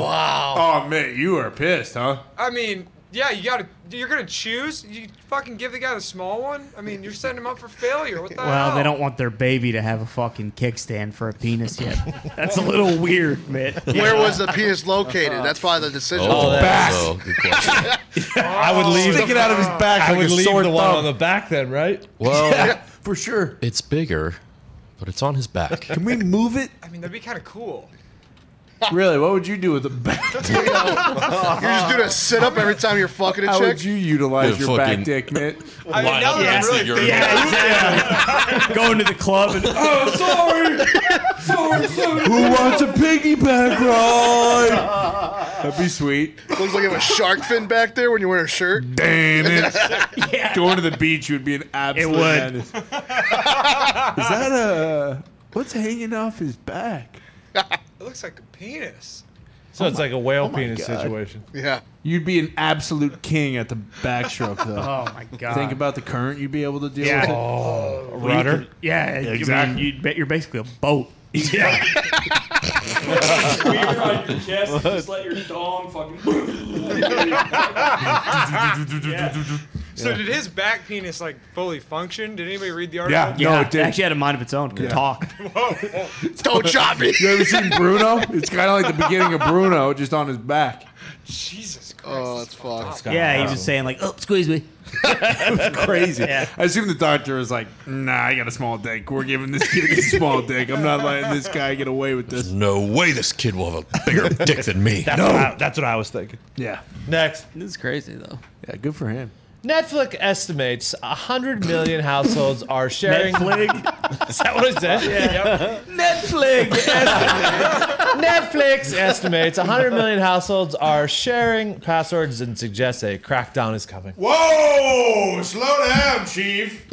Wow. Oh man, you are pissed, huh?
I mean, yeah, you gotta. You're gonna choose. You fucking give the guy the small one. I mean, you're setting him up for failure. What the
Well,
hell?
they don't want their baby to have a fucking kickstand for a penis yet. That's a little weird, man.
Where was the penis located? That's probably the decision.
Oh,
that-
back. good question.
I would leave.
Stick it out of his back.
I
like
would
a
leave the
sore
one
thumb.
Oh, on the back then, right?
Well,
Yeah, for sure.
it's bigger, but it's on his back.
Can we move it?
I mean, that'd be kind of cool.
Really? What would you do with the back?
You're just doing a sit up every time you're fucking a
How
chick.
would you utilize
Yeah,
your back
fucking-
dick, man?
I mean,
Line
now
up
that I'm
next to
really
your-
thinking-
Going to the club and
Oh, sorry. sorry, sorry. Who wants a piggyback ride? That'd be sweet.
Looks like you have a shark fin back there when you wear a shirt.
Damn it.
yeah.
Going to the beach would be an absolute
It would.
menace. Is that a. What's hanging off his back?
It looks like a penis.
So it's like a whale penis
God.
situation.
Yeah.
You'd be an absolute king at the backstroke, though.
Oh my god.
Think about the current you'd be able to deal
Yeah.
with.
Rudder.
Yeah,
exactly.
exactly. You bet you're basically a boat. Yeah. on your chest, just let your dong fucking.
So did his back penis like fully function? Did anybody read the
Yeah.
article?
No,
Yeah,
it
it
didn't.
actually had a mind of its own. Could talk.
Don't chop me.
You ever seen Bruno? It's kind of like the beginning of Bruno, just on his back.
Jesus Christ.
Oh, that's fucked.
Yeah, he was just saying like, "Oh, squeeze me."
Crazy.
Yeah.
I assume the doctor was like, "Nah, I got a small dick. We're giving this kid a small dick. I'm not letting this guy get away with this."
No way, this kid will have a bigger dick than me.
That's, what I, that's what I was thinking.
Yeah,
Next.
This is crazy though.
yeah. Good for him.
Netflix estimates 100 million households are sharing. Netflix? Is that what I said? Netflix, esti- Netflix estimates 100 million households are sharing passwords and suggests a crackdown is coming.
Whoa! Slow down, Chief.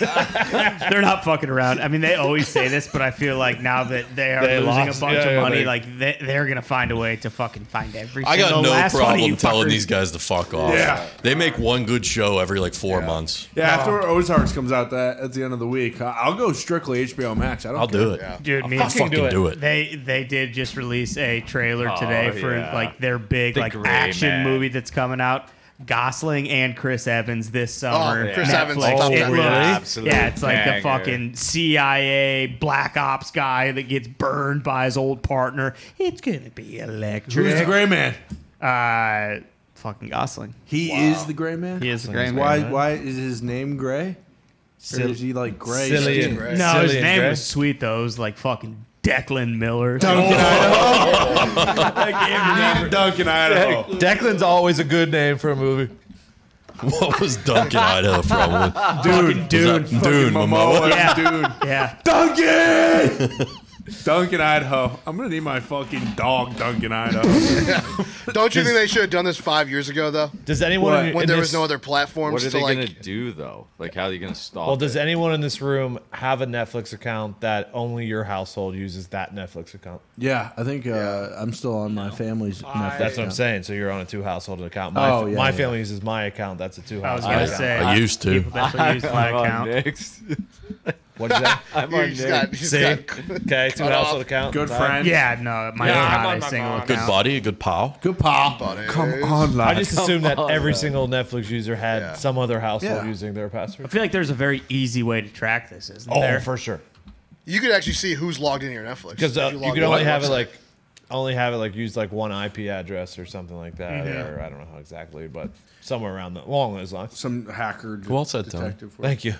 They're not fucking around. I mean, they always say this, but I feel like now that they are
They
losing
lost-
a bunch
yeah,
of
yeah,
money,
they-
like they, they're gonna find a way to fucking find every.
I got
single
no
last one of
problem
you
telling
fuckers.
these guys to fuck off.
Yeah.
They make one good show every like four months.
Yeah, after Ozarks comes out that at the end of the week, I- I'll go strictly HBO Max. I don't.
I'll
care.
do it.
Dude, me
I'll fucking do it.
They they did just release a trailer today for
yeah.
like their big
The
like
Gray
action
Man.
movie that's coming out. Gosling and Chris Evans this
Oh,
summer.
yeah. Chris Evans,
Netflix.
top
It
ten.
looks-
Absolute
Yeah, it's like
banger.
the fucking CIA black ops guy that gets burned by his old partner. It's gonna be electric.
Who's the gray man?
uh, fucking Gosling.
He is the gray man.
He is the gray
Why?
man.
Why is his name gray? Or is he like gray?
Silly
skin?
and
right?
No, his
silly and
name
gray.
was sweet though. It was like fucking Declan Miller.
Duncan Idaho. Leave Duncan Idaho.
Declan's always a good name for a movie.
What was Duncan Idaho from?
Dude,
Dune.
Fucking
Dune,
Momoa,
Momoa.
Dune.
yeah.
Duncan. Duncan Idaho. I'm gonna need my fucking dog, Duncan Idaho.
Don't you think they should have done this five years ago though?
Does anyone
What?
in-
When
in
there
this,
was no other platforms
What are
to
they
like.
gonna do though? Like, how are you gonna stop?
Well, Oh, does
it?
anyone in this room have a Netflix account that only your household uses that Netflix account?
Yeah, I think uh, I'm still on my family's. Netflix
That's what I'm
account.
saying. So you're on a two household account. My,
Oh, yeah,
my
yeah.
family uses my account. That's a two
I
household.
was gonna
account.
say
I used to.
People definitely use my
I'm on
account.
next.
What'd you say?
I'm
You
on
just got,
next.
you just
See?
got-
Okay, two
Cut off.
household account.
Good
Sorry.
friend.
Yeah, no, mine's not
Yeah, I'm on
a
my
single
mom.
Good
account.
buddy, a good pal.
Good pop.
Buddies.
Come on,
I
lad.
just assumed that
on,
every
man.
single Netflix user had
Yeah.
some other household
Yeah.
using their password.
I feel like there's a very easy way to track this, isn't
Oh,
there?
for sure.
you could actually see who's logged into your Netflix
Because uh,
If
you
log
could
in.
only have it like, only have it like used like one IP address or something like that, or I don't know how exactly, but somewhere around the, along those lines.
Some hacker.
Who else had time?
detective. work.
Thank you.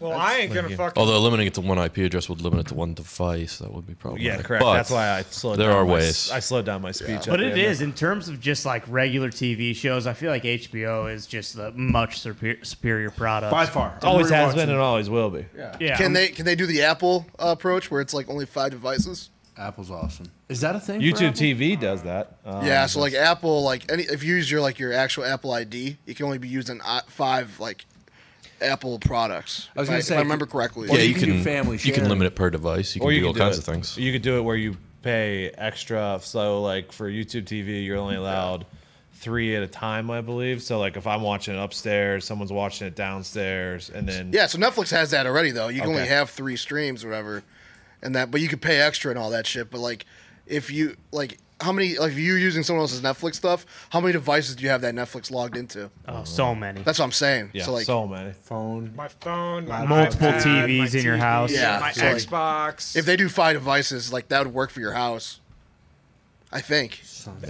Well, I ain't gonna fucking.
Although limiting it to one IP address would limit it to one device, that would be problematic.
Yeah, correct.
But
That's why I slowed.
there
down
are
my,
ways.
I slowed down my speech.
But it is in terms of just like regular TV shows. I feel like HBO is just the much superior, superior product.
By far.
Always
I'm
has been
rewatching
and always will be.
yeah,
um,
Can they can they do the Apple uh, approach where it's like only five devices?
Apple's awesome. Is that a thing? for
YouTube
Apple?
TV does that. Um,
yeah, so like Apple, like any if you use your like your actual Apple ID, it can only be used in i- five like Apple products.
I was
if
gonna say-
if I remember correctly.
yeah,
you
you
can do
can.
family
you can
sharing.
limit it per device. You can
or you
do all
could
kinds
it-
of things.
You could do it where you pay extra. So like for YouTube TV, you're only allowed three at a time, I believe. So like if I'm watching it upstairs, someone's watching it downstairs, and then
Yeah, so Netflix has that already though. You can
Okay.
only have three streams, or whatever, and that. But you could pay extra and all that shit. But like, if you like, how many like if you're using someone else's Netflix stuff, how many devices do you have that Netflix logged into?
oh, so many
That's what I'm saying.
yeah,
so like,
so many.
Phone.
My phone, my
Multiple
iPad,
TVs
my
in your
TV,
house.
Yeah,
my
so, like,
Xbox.
if they do five devices, like that would work for your house. I think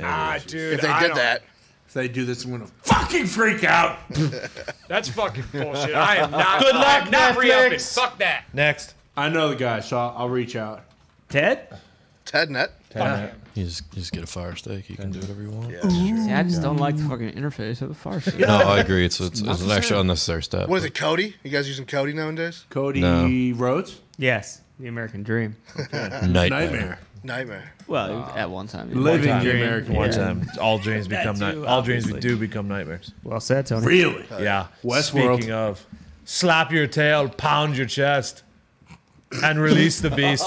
ah, dude,
if they
I
did
don't-
that.
If they do this, I'm gonna fucking freak out.
that's fucking bullshit. I am not. Good luck, I'm not re-upping. Fuck that.
Next,
I know the guy, so I'll, I'll reach out.
Ted.
TEDNet.
You just, you just get a fire steak. You can do whatever you want.
See, I just don't like the fucking interface of the fire station.
No, I agree. It's, it's, it's an extra unnecessary step.
What is it, Cody? You guys using Cody nowadays?
Cody
No.
Rhodes.
Yes, the American Dream.
Nightmare.
Nightmare.
Nightmare.
Well, at one time. you-
Living
time.
the American
one
dream.
time, all dreams become night.
too,
All dreams
obviously.
do become nightmares.
Well said, Tony.
Really?
Yeah.
Westworld.
Speaking of, slap your tail, pound your chest, and release the beast.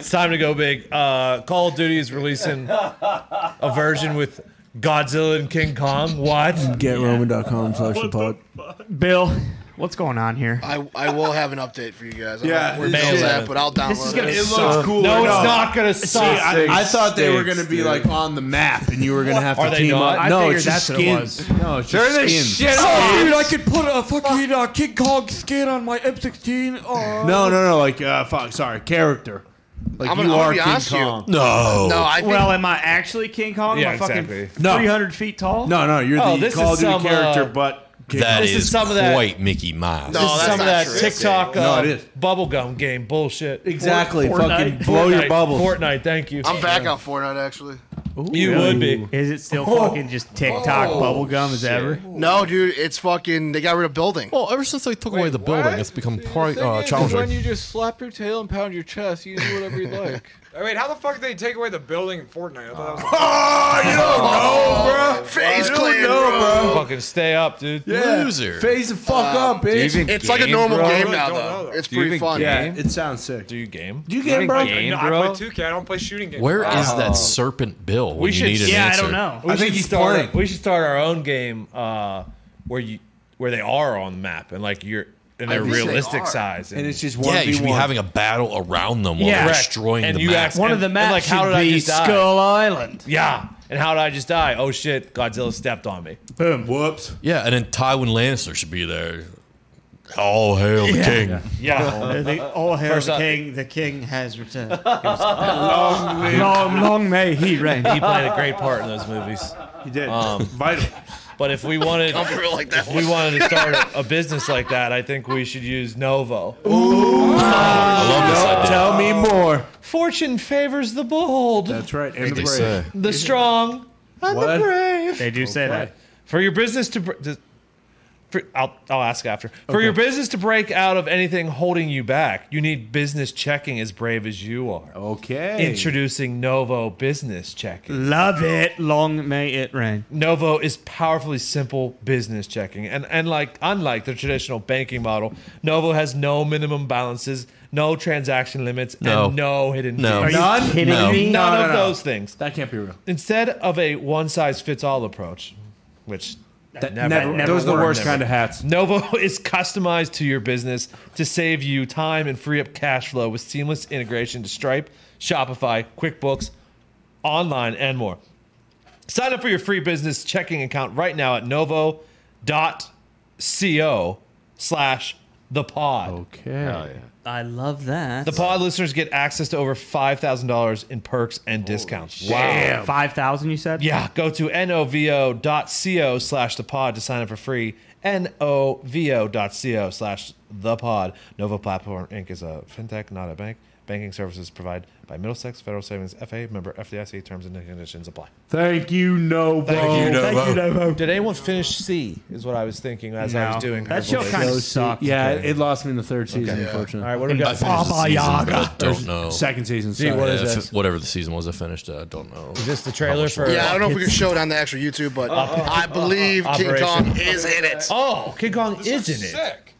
it's time to go big. Uh, Call of Duty is releasing a version with Godzilla and King Kong. What?
GetRoman.com slash the pod.
Bill, what's going on here?
I, I will have an update for you guys. I
Yeah,
don't know where
this
Bill's
is-
at, but I'll download
This is gonna
it.
It
Suck.
looks cool.
Uh, No, it's
enough.
not gonna
See,
suck.
I, I thought they were
Stinks,
gonna be like on the map, and you were gonna have
Are
to
they
team
not?
up.
I
no,
figured
it's just
that's what it
skins. No, it's just skins.
Oh,
dude,
I could put a fucking uh, King Kong skin on my M16. Oh.
No, no, no. Like, uh, fuck. Sorry, character. Like
I'm
you
gonna- I'm gonna
are
be honest
King
with you.
Kong.
No.
No, I think
Well, am I actually King Kong?
Yeah,
am I fucking
exactly.
No.
300 feet tall?
No, no, you're
Oh,
the
this
Call of
is
Duty
some,
character,
uh,
but
That
This
is,
is some of that-
quite Mickey Mouse.
No, that's
some of
not
that
true.
TikTok
Oh, No,
uh,
it is.
bubblegum game bullshit.
Exactly.
Fortnite.
Fucking blow
Fortnite,
your bubbles.
Fortnite, thank you.
I'm back on Fortnite actually.
You would be.
Is it still fucking just TikTok
Oh,
bubble gum as ever?
No, dude, it's fucking. They got rid of building.
Well, ever since they took away the building, it's become uh,
The thing is, is when you just slap your tail and pound your chest, you can do whatever you like.
Oh, wait, how the fuck did they take away the building in Fortnite? I thought that was
Oh, bro.
Phase clan,
Fucking stay up, dude.
Yeah.
Loser.
Phase the fuck
Uh,
up,
do you
bitch.
even
It's like a
game,
normal
bro?
game
really
now,
don't
though.
know.
It's
Do you
pretty
even
fun.
game?
It sounds sick.
Do you game?
Do you get it, bro?
bro.
game,
no, I play 2K. I don't play shooting games.
Where is
Oh.
that serpent bill? When
We
you
should-
need an
Yeah, I
answer?
don't know.
We
I think
should
he's
start.
playing.
We should start our own game uh, where you where they are on the map and like you're and they're
think they
realistic
are.
size.
And it's just one.
Yeah, you should be having a battle around them while
Yeah.
they're
Correct.
destroying
and
the
you
map.
ask-
One of
And-
the
and,
maps
like,
should
how did I
be
just die?
Skull Island.
yeah. And how did I just die? Oh shit! Godzilla stepped on me.
Boom.
Whoops.
yeah, and then Tywin Lannister should be there. All hail the king.
Yeah.
Uh, the- all hail
First
the
up.
king. The king has returned.
Long, long may he reign.
he played a great part in those movies.
He did.
Um,
Vital.
But if we wanted,
Don't do it like that.
if we wanted to start a, a business like that, I think we should use Novo.
I love this idea.
Oh,
Tell me more.
Fortune favors the bold,
That's right. And the
They
brave.
say.
the strong, and
What?
the brave.
They do say that.
For your business to, br- to for, I'll, I'll ask after. For your business to break out of anything holding you back, you need business checking as brave as you are.
Okay. Mm.
Introducing Novo Business Checking.
Love it. Long may it rain.
Novo is powerfully simple business checking, and and like unlike the traditional banking model, Novo has no minimum balances, no transaction limits,
No.
and no hidden
No.
Are
fees.
you
None?
kidding
No.
me?
None
No,
of
no, no.
those things.
That can't be real.
Instead of a one size fits all approach, which
That
never
never.
worked.
those are the
Never
worst
worked.
kind of hats.
Novo is customized to your business to save you time and free up cash flow with seamless integration to Stripe, Shopify, QuickBooks, online, and more. Sign up for your free business checking account right now at novo.co slash the pod.
Okay.
I love that.
The pod listeners get access to over $5,000 in perks and discounts.
Wow. Five thousand. You said.
Yeah, go to novo.co slash the pod to sign up for free. novo.co slash the pod. Nova Platform Inc. is a fintech, not a bank. Banking services provided by Middlesex Federal Savings FA member FDIC. Terms and conditions apply.
Thank you, Novo.
Thank you,
Thank you, Novo.
Did anyone finish C? Is what I was thinking as I
No.
was doing.
That
her
show
voice.
kind of sucked.
Yeah, it- it lost me in the third season,
All
unfortunately.
right, what do we
I
got?
finished the
Baba
season,
Yaga.
but I don't know.
Second season.
See,
sorry.
what is
Yeah,
this?
fi- whatever the season was I finished, uh, I don't know.
Is this the trailer for?
Yeah, I don't know if we can show it on the actual YouTube, but I believe King
Operation.
Kong is in it.
Oh, King Kong
This
isn't
is
it?
sick.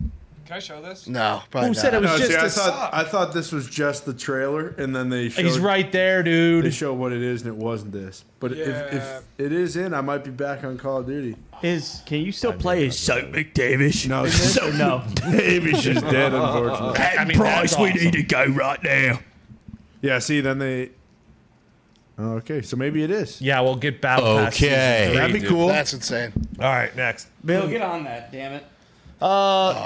Can I show this?
No, probably
Who said
not.
it was
No,
just?
Oh, see, I
a-
thought I thought this was just the trailer, and then they showed,
He's right there,
They
dude.
show what it is, and it wasn't this. But if,
Yeah.
if it is in, I might be back on Call of Duty.
Is can you still play as Soap McDavish?
No,
So no.
Davish is dead, unfortunately.
I mean, that's awesome.
to go right now.
Yeah, see, then they. Oh, Okay, so maybe it is.
Yeah, we'll get battle. Pass season
Okay.
three,
That'd be
dude.
cool.
That's insane.
All right, next.
Bill, get on that. Damn it.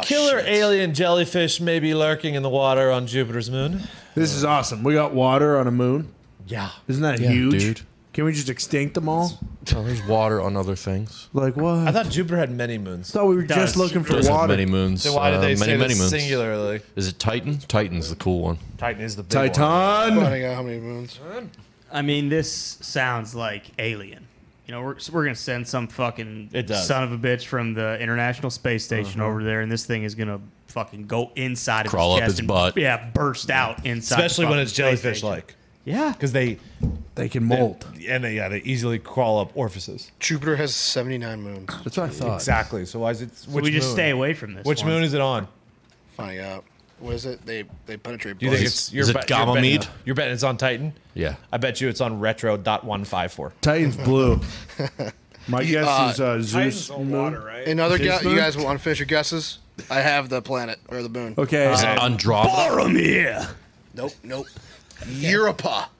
Killer alien jellyfish may be lurking in the water on Jupiter's moon.
This is awesome. We got water on a moon.
Yeah.
Isn't that huge?
dude.
Can we just extinct them all?
Oh, there's water on other things.
Like what?
I thought Jupiter had many moons.
thought we were
Does.
just looking for
There's
water.
many moons.
So why did
uh,
they
many,
say
many
this
moons.
singularly?
Is it Titan? Titan's the cool one.
Titan is the big one.
I
Titan.
don't know how many moons.
I mean, this sounds like Alien. You know, we're, so we're gonna send some fucking
It does.
son of a bitch from the International Space Station over there, and this thing is gonna fucking go inside
Crawl
of
up
his chest
its
and,
butt.
Yeah, burst out inside. the
Especially when
fucking
it's
space
jellyfish
station.
like.
Yeah,
Because they
They can molt.
and they yeah, they easily crawl up orifices.
Jupiter has 79 moons.
That's what I thought.
Exactly. So why is it which
we just
moon?
stay away from this.
Which
one.
moon is it on?
Finding out. What is it? They they penetrate.
Do you think
blood.
it's
Is it Gamma
you're
Mead?
betting, you're betting it's on Titan?
Yeah.
I bet you it's on retro dot one five four.
Titan's blue. My guess is uh,
Titans
Zeus.
on
moon.
water, right?
another
This
guess? You
moon?
guys want to finish your guesses? I have the planet or the moon.
Okay.
Is it Andromeda?
Boromir.
Nope, nope. Europa.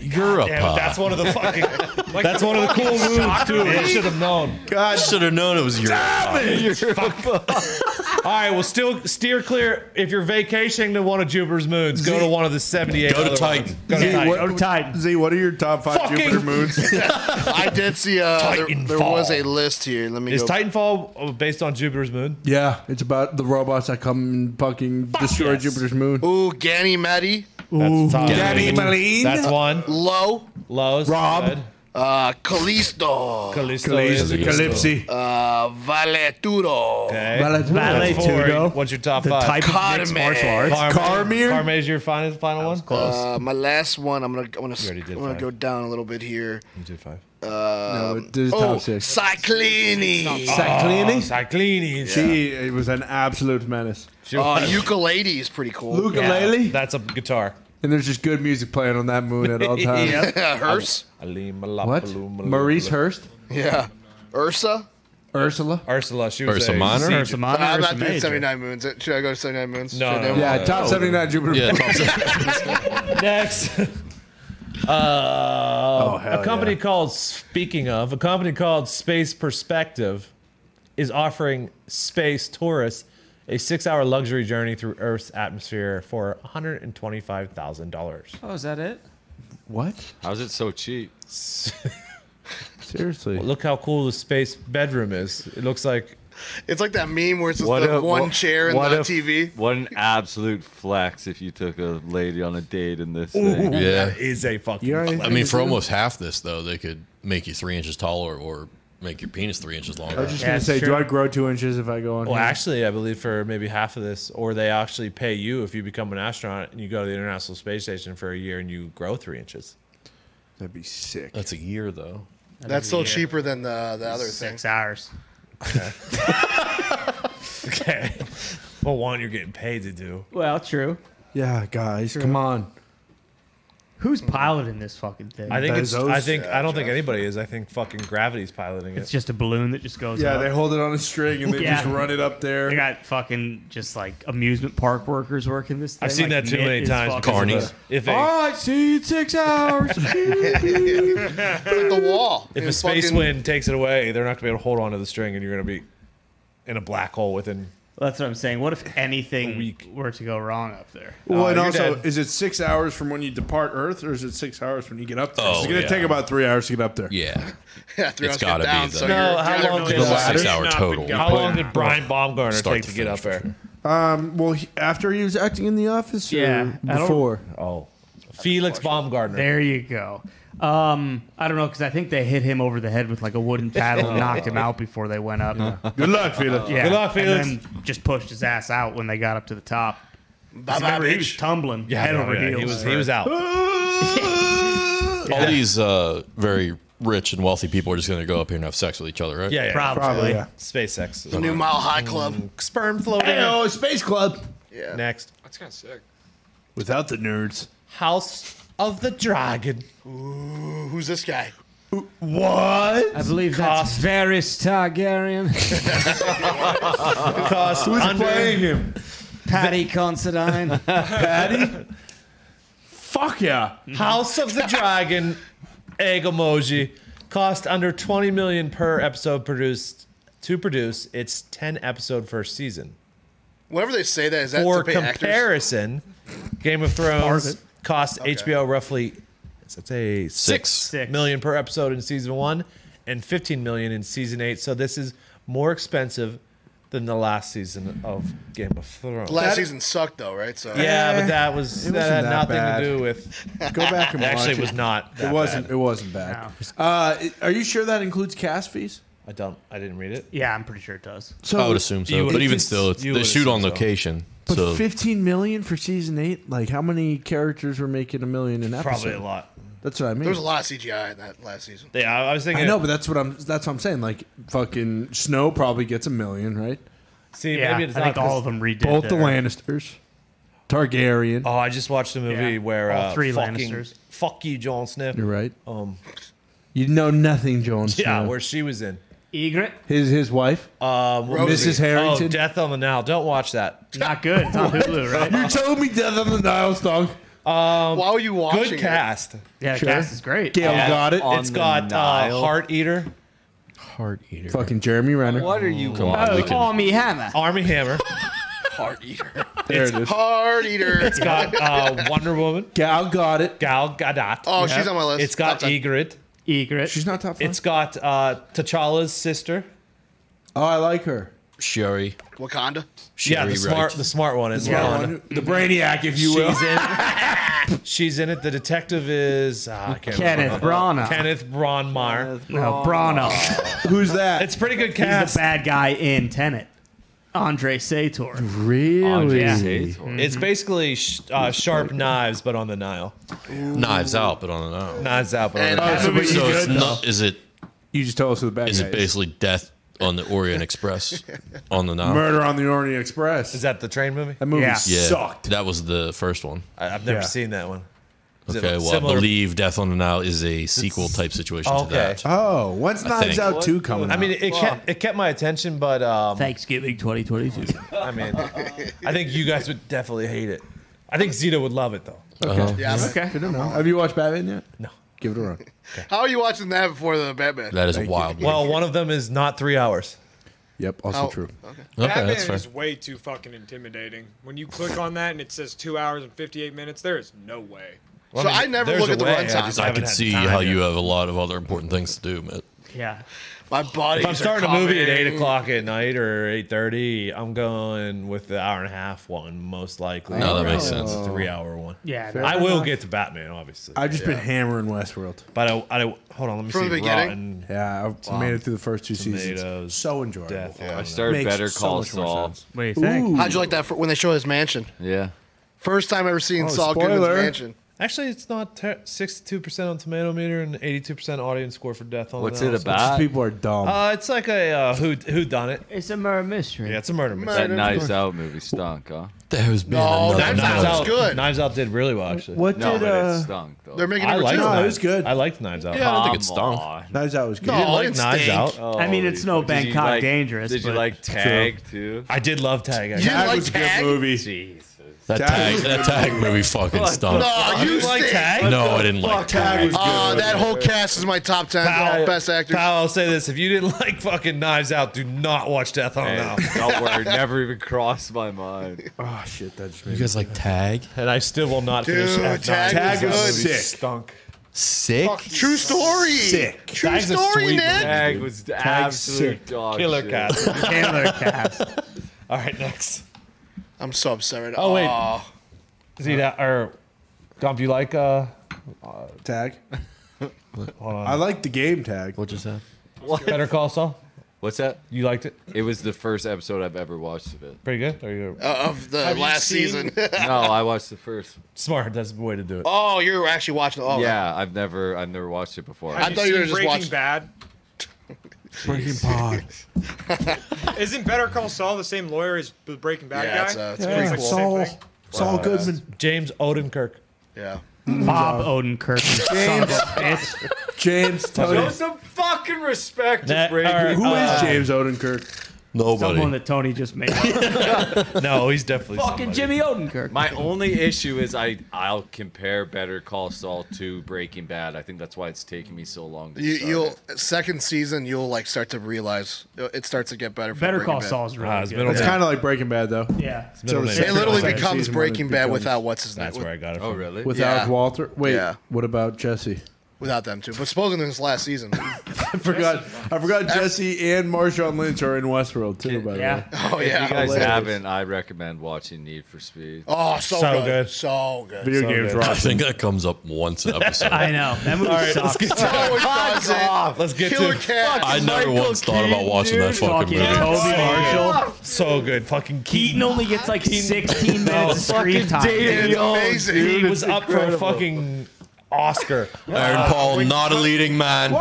Europa.
Yeah, but that's one of the fucking That's one of the cool moons too. I should have known.
I should have known it was Europa.
All right, well, still steer clear. If you're vacationing to one of Jupiter's moons, go to one of the 78.
Go to
other
Titan.
ones. Go to
Z,
Titan.
what,
Go to Titan.
Z, what are your top five
Fucking-
Jupiter moons?
I did see. Uh, there, there
Titanfall.
was a list here. Let me
Is
go.
Titanfall based on Jupiter's moon?
yeah, it's about the robots that come and fucking destroy
yes.
Jupiter's moon.
Ooh, Ganymede.
That's top.
Danny Moline.
That's one.
Low.
Lowe's.
Rob.
good.
Uh, Callisto.
Callisto. is-
Calypso.
Uh, Valetudo.
Okay.
Valetudo.
That's four.
Valetudo.
What's your top
The
five?
type of mixed
Carmen.
martial arts.
Carme-
Carmier?
Carmier's your final, final one? Close.
Uh, my last one. I'm gonna. I'm gonna.
already did
I'm gonna
five.
go down a little bit here.
you did five.
Uh,
but do the
oh,
top six.
Cyclini.
Saclini?
Cyclini.
She it was an absolute menace.
Uh, ukulele is pretty cool.
Ukulele?
That's a guitar.
And there's just good music playing on that moon at all times.
Hearse.
What? Maurice Hurst?
Yeah. Ursa.
Ursula?
Ursula. She was
Ursa
a
Minor?
siege-
Ursa Minor,
I'm
Ursa
not doing
Major.
79 moons. Uh, Should I go to 79
No,
moons? Should I
no,
do
no.
one?
Yeah, top 79 Jupiter.
Yeah, top six.
Next.
Oh,
Uh, a company called, speaking of, a company called Space Perspective is offering space tourists a six hour luxury journey through Earth's atmosphere for $125,000.
Oh, is that it?
What?
How's it so cheap?
Seriously.
Look how cool the space bedroom is. It looks like
It's like that meme where it's just the one
what-
chair and
what
the
a-
TV.
What an absolute flex if you took a lady on a date in this thing.
Yeah.
that is a fucking.
You already-
I mean, for almost half this, though, they could make you three inches taller or make your penis three inches
I
longer.
was just
Yeah,
gonna say,
sure.
do I grow two inches if I go on?
Well,
here?
actually, I believe for maybe half of this, or they actually pay you if you become an astronaut and you go to the International Space Station for a year and you grow three inches.
That'd be sick.
That's a year, though.
That's still cheaper than the, the other thing.
Six hours.
Okay. well, one, you're getting paid to do.
Well, true.
Yeah, guys, come on.
Who's piloting this fucking thing?
I think it's.
Bezos?
I think. I don't think anybody is. I think fucking gravity's piloting
it's
it.
just a balloon that just goes.
Yeah,
up.
they hold it on a string and they
Yeah.
just run it up there.
They got fucking just like amusement park workers working this thing.
I've seen
Like,
that too
knit
many
is
times.
fucking-
because of
Carnies.
the- If
All
a
right, see you in six hours.
It's like the wall.
if a
It's
space
fucking-
wind takes it away, they're not gonna be able to hold onto the string, and you're gonna be in a black hole within.
Well, that's what I'm saying. What if anything
week.
were to go wrong up there?
Well,
Oh,
and
you're
also,
dead.
is it six hours from when you depart Earth, or is it six hours when you get up there? 'Cause
Oh,
it's gonna
yeah.
take about three hours to get up there.
Yeah.
Yeah, three
It's
hours to get
gotta be
down,
the-
so
No,
you're-
how
yeah, they're
long
really
did
close.
six
Not
hour
been
total.
done.
How long did Brian Baumgartner
Start
take
to
to get
finish,
up there?
Um, well, he, after he was acting in the office, or
Yeah, I don't-
before.
Oh, Felix Baumgartner.
There you go. Um, I don't know because I think they hit him over the head with like a wooden paddle and knocked him out before they went up. Yeah.
Good luck, Felix.
Good luck, Felix.
And then just pushed his ass out when they got up to the top. 'Cause
Bye-bye,
remember, he was
bitch.
tumbling
Yeah,
head
no,
over
yeah,
heels.
He was. He was out.
All these uh, very rich and wealthy people are just going to go up here and have sex with each other, right?
Yeah, yeah.
probably.
Probably. Yeah.
SpaceX.
New Mile High Club.
Sperm floating.
oh, Space Club.
Yeah.
Next,
That's kind of sick.
Without the nerds.
House of the Dragon.
Ooh, who's this guy?
I believe that's Varys Targaryen,
Cost
Who's
under
playing him?
Paddy Considine.
Patty? Fuck yeah.
House of the Dragon egg emoji. Cost under 20 million per episode produced to produce. It's 10 episode first season.
Whenever they say that, is that
For
to pay actors?
comparison, Game of Thrones cost HBO roughly that's a six,
Six.
million per episode in season one and 15 million in season eight. So this is more expensive than the last season of Game of Thrones.
Last season sucked though, right? So
yeah, but that was
it
that had
wasn't that
nothing
bad.
to do with.
Go back and watch
Actually,
it.
it was not.
It
That
wasn't.
bad.
It wasn't bad. Uh, it- are you sure that includes cast fees?
I don't. I didn't read it.
Yeah, I'm pretty sure it does.
So
I would assume so.
You would-
but even
it's-
still, it's,
you
they
would
shoot on
assume so.
location.
But
so
15 million for season eight? Like, how many characters were making a million an episode?
Probably a lot.
That's what I mean.
there was a lot of CGI in that last season.
Yeah, I I was thinking.
I know, but that's what I'm. That's what I'm saying. Like, fucking Snow probably gets a million, right?
see,
Yeah,
maybe it's
I
not
think
'cause-
all of them redid
Both the
their-
Lannisters, Targaryen.
Oh, I just watched a movie
Yeah,
where
all
uh,
three
fucking,
Lannisters.
Fuck you, Jon Snow.
You're right.
Um,
You know nothing, Jon Snow.
yeah, where she was in.
Egret,
his his wife,
Um, what
Rosie.
was it?
Mrs. Harrington.
Oh, Death on the Nile. Don't watch that.
not good. It's on Hulu, right?
you told me Death on the Nile song.
Why were you watching?
Good
it?
cast.
Yeah, the
Sure.
cast is great.
Gail
Yeah.
got it.
On
it's
the
got uh,
Nile.
Heart Eater,
heart eater.
Fucking Jeremy Renner.
What are you
Come on, we
Oh,
can-
call me Hammer.
Army Hammer.
Heart eater.
There it is.
Heart eater.
It's got uh, Wonder Woman.
Gal got it.
Gal Gadot.
Oh, she's on my list.
It's got E-
Outside.
Egret.
Egret.
She's not top five.
It's got uh, T'Challa's sister.
oh, I like her.
Sherry.
Wakanda.
Oh,
yeah, the smart, the smart one is
The smart
on.
one. The brainiac, if you will.
She's in, she's in it. The detective is uh, I can't
Kenneth
remember.
Branagh.
Kenneth Bronmar.
No, Brana.
Who's that?
It's pretty good
He's
cast.
the bad guy in Tenet. Andre Sator.
Really?
Yeah. It's basically sh- uh, sharp knives, but on the Nile.
Knives Out, but on the Nile.
Knives Out, but on the
And-
Nile.
Oh, so
So,
but you
it's
good,
not. Is it?
You just tell us who the bad
Is
guy
it basically death on the Orient Express on the Nile?
Murder on the Orient Express.
Is that the train movie?
That movie
Yeah.
Yeah,
sucked.
that was the first one.
I, I've never
Yeah.
seen that one. Is it
Okay, well, I
similar-
believe Death on the Nile is a sequel type situation
Okay.
to that.
Oh, when's
I
Knives
think.
Out 2 coming
I mean,
out?
it kept, it kept my attention, but um,
Thanksgiving 2022.
I mean, I think you guys would definitely hate it. I think Zito would love it though.
Uh-huh.
Yeah. I'm-
okay. Good to know. Have you watched Batman yet?
No.
Give it a run.
How are you watching that before the Batman?
That is a wild. one.
Well, one of them is not three hours.
Yep, also
How-
true.
Okay.
okay, that's
Batman
fair.
is way too fucking intimidating. When you click on that and it says two hours and fifty-eight minutes, there is no way.
Well,
So
mean,
I never
there's
look
a
at the
way,
runtime.
just
I
I
haven't
can
had
see
time
how
yet.
you have a lot of other important things to do, man.
yeah.
My body.
If I'm starting a movie at eight o'clock at night or eight thirty, I'm going with the hour and a half one, most likely.
No, that makes
Or
sense.
the Three hour one.
Yeah.
I will get to Batman, obviously.
I've just been hammering Westworld.
but I, I hold on. Let me
From
see.
the beginning?
Rotten
Yeah, I've made it through the first two seasons.
Tomatoes,
So enjoyable.
death. I
I
don't know.
started
Makes
Better
so
Call
much more
Saul.
sense.
What do you think?
Ooh.
How'd you like that for, when they show his mansion?
Yeah.
First time ever seeing
Oh,
Saul Goodman's
spoiler.
mansion.
Actually, it's not sixty-two percent on Tomato Meter and eighty-two percent audience score for Death on.
What's
the
it
Nile.
These
about?
people are dumb.
Uh, it's like a uh, who who done it.
It's a murder mystery.
Yeah, it's a murder mystery.
That Knives Out movie stunk, huh?
There's been
No,
another
Knives
Nile.
Out was good.
Knives Out did really well actually.
what
No,
did
but it
uh,
stunk though.
They're making
I
number
liked
two.
No, it
Knives.
was good.
I liked Knives Out.
Yeah, I don't think
Come
it stunk.
on.
Knives Out was good.
I
No.
didn't like
it
Knives
stank.
Out.
I mean, it's no
Did you
Bangkok
like-
dangerous.
Did you
but-
like Tag too?
I did love Tag. Actually.
You
Tag
like
was a
Tag?
good movie.
Jesus.
That tag, that tag movie fucking stunk.
No, you like
Tag?
No, I didn't like
Tag was good.
Uh, that whole cast is my top ten
Pal-
best actors.
Pal, I'll say this: if you didn't like fucking Knives Out, do not watch Death on Now.
Don't worry, never even crossed my mind.
oh shit, that just made
You
me.
guys like tag?
And I still will not finish
Dude,
F9.
Tag
Tag
was
was
good.
sick.
stunk.
Sick?
True story.
Sick.
True
Tag's a
story,
sweet
Ned.
Tag was absolute
sick.
dog
Killer
shit.
cat.
Taylor cast.
All right, next.
I'm so upset right now.
Oh, wait.
Aw.
Zeta or Gump, you like? Uh,
Tag.
hold
I
on.
like the game tag.
What just happened?
Better Call Saul.
What's that?
You liked it?
It was the first episode I've ever watched of it.
Pretty good. Or you
Uh, of the
Have you
last
seen-
season.
No, I watched the first.
smart? That's the way to do it.
oh, you're actually watching. Oh, yeah.
Yeah, I've never, I've never watched it before.
I
Have
thought you
seen
were just
Breaking
watching-
Bad.
Breaking Pod.
Isn't Better Call Saul the same lawyer as the Breaking Bad
Yeah,
guy?
it's, uh, it's
It's
Yeah,
like the same
Saul.
thing.
Saul Goodman.
James Odenkirk.
Yeah.
Bob Odenkirk. Son of a bitch.
James. Tony.
Show some fucking respect to
That-
Brady.
or-
Who is
Uh,
James Odenkirk?
Someone
Nobody.
that Tony just made.
No, he's definitely somebody.
Odenkirk.
My only issue is I, I'll compare Better Call Saul to Breaking Bad. I think that's why it's taking me so long. To
You,
start
you'll
it.
second season. You'll like start to realize uh, it starts to get better. For
Better
Breaking
Call
Bad.
Saul's really
Ah, it's been
good.
a-
It's
Yeah.
kind of like Breaking Bad though.
yeah.
Middle name.
So
It literally
Second
becomes
season when
Breaking
it
Bad
becomes-
without what's his name.
That's where I got it.
Oh
from.
really?
Without
Yeah.
Walter. Wait,
Yeah.
what about Jesse?
without them too. But supposedly this last season. Oh,
I forgot. I forgot Jesse and Marshawn Lynch are in Westworld too. By the way.
Yeah.
oh
If you
yeah.
guys
hilarious.
haven't, I recommend watching Need for Speed.
Oh, so,
So
good.
good.
So good.
Video
So
games
good.
rock.
I think that comes up once an episode.
I know. That movie sucks.
No, it doesn't.
Let's get
Killer
to
Cat.
I never once thought about watching that fucking
Fucking
movie.
Toby Marshall.
so good. Fucking
Keaton only gets like 16 minutes of screen time.
It's amazing.
He was up for a fucking Oscar.
Aaron Paul, not a leading man.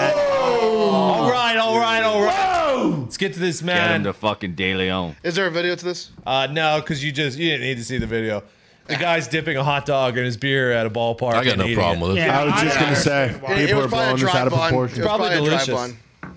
all right, all right, all right. Let's get to this
Get him
man.
to fucking De Leon.
Is there a video to this?
uh, no, because you just you didn't need to see the video. The guy's dipping a hot dog and his beer at a ballpark.
I got
and
no
eating
problem
it.
with it.
Yeah.
I was just
I
gonna say
understand why.
It- it
people
was
are blowing
probably a
this out of
dry bun.
proportion.
It was
Probably
probably a dry
delicious.
bun.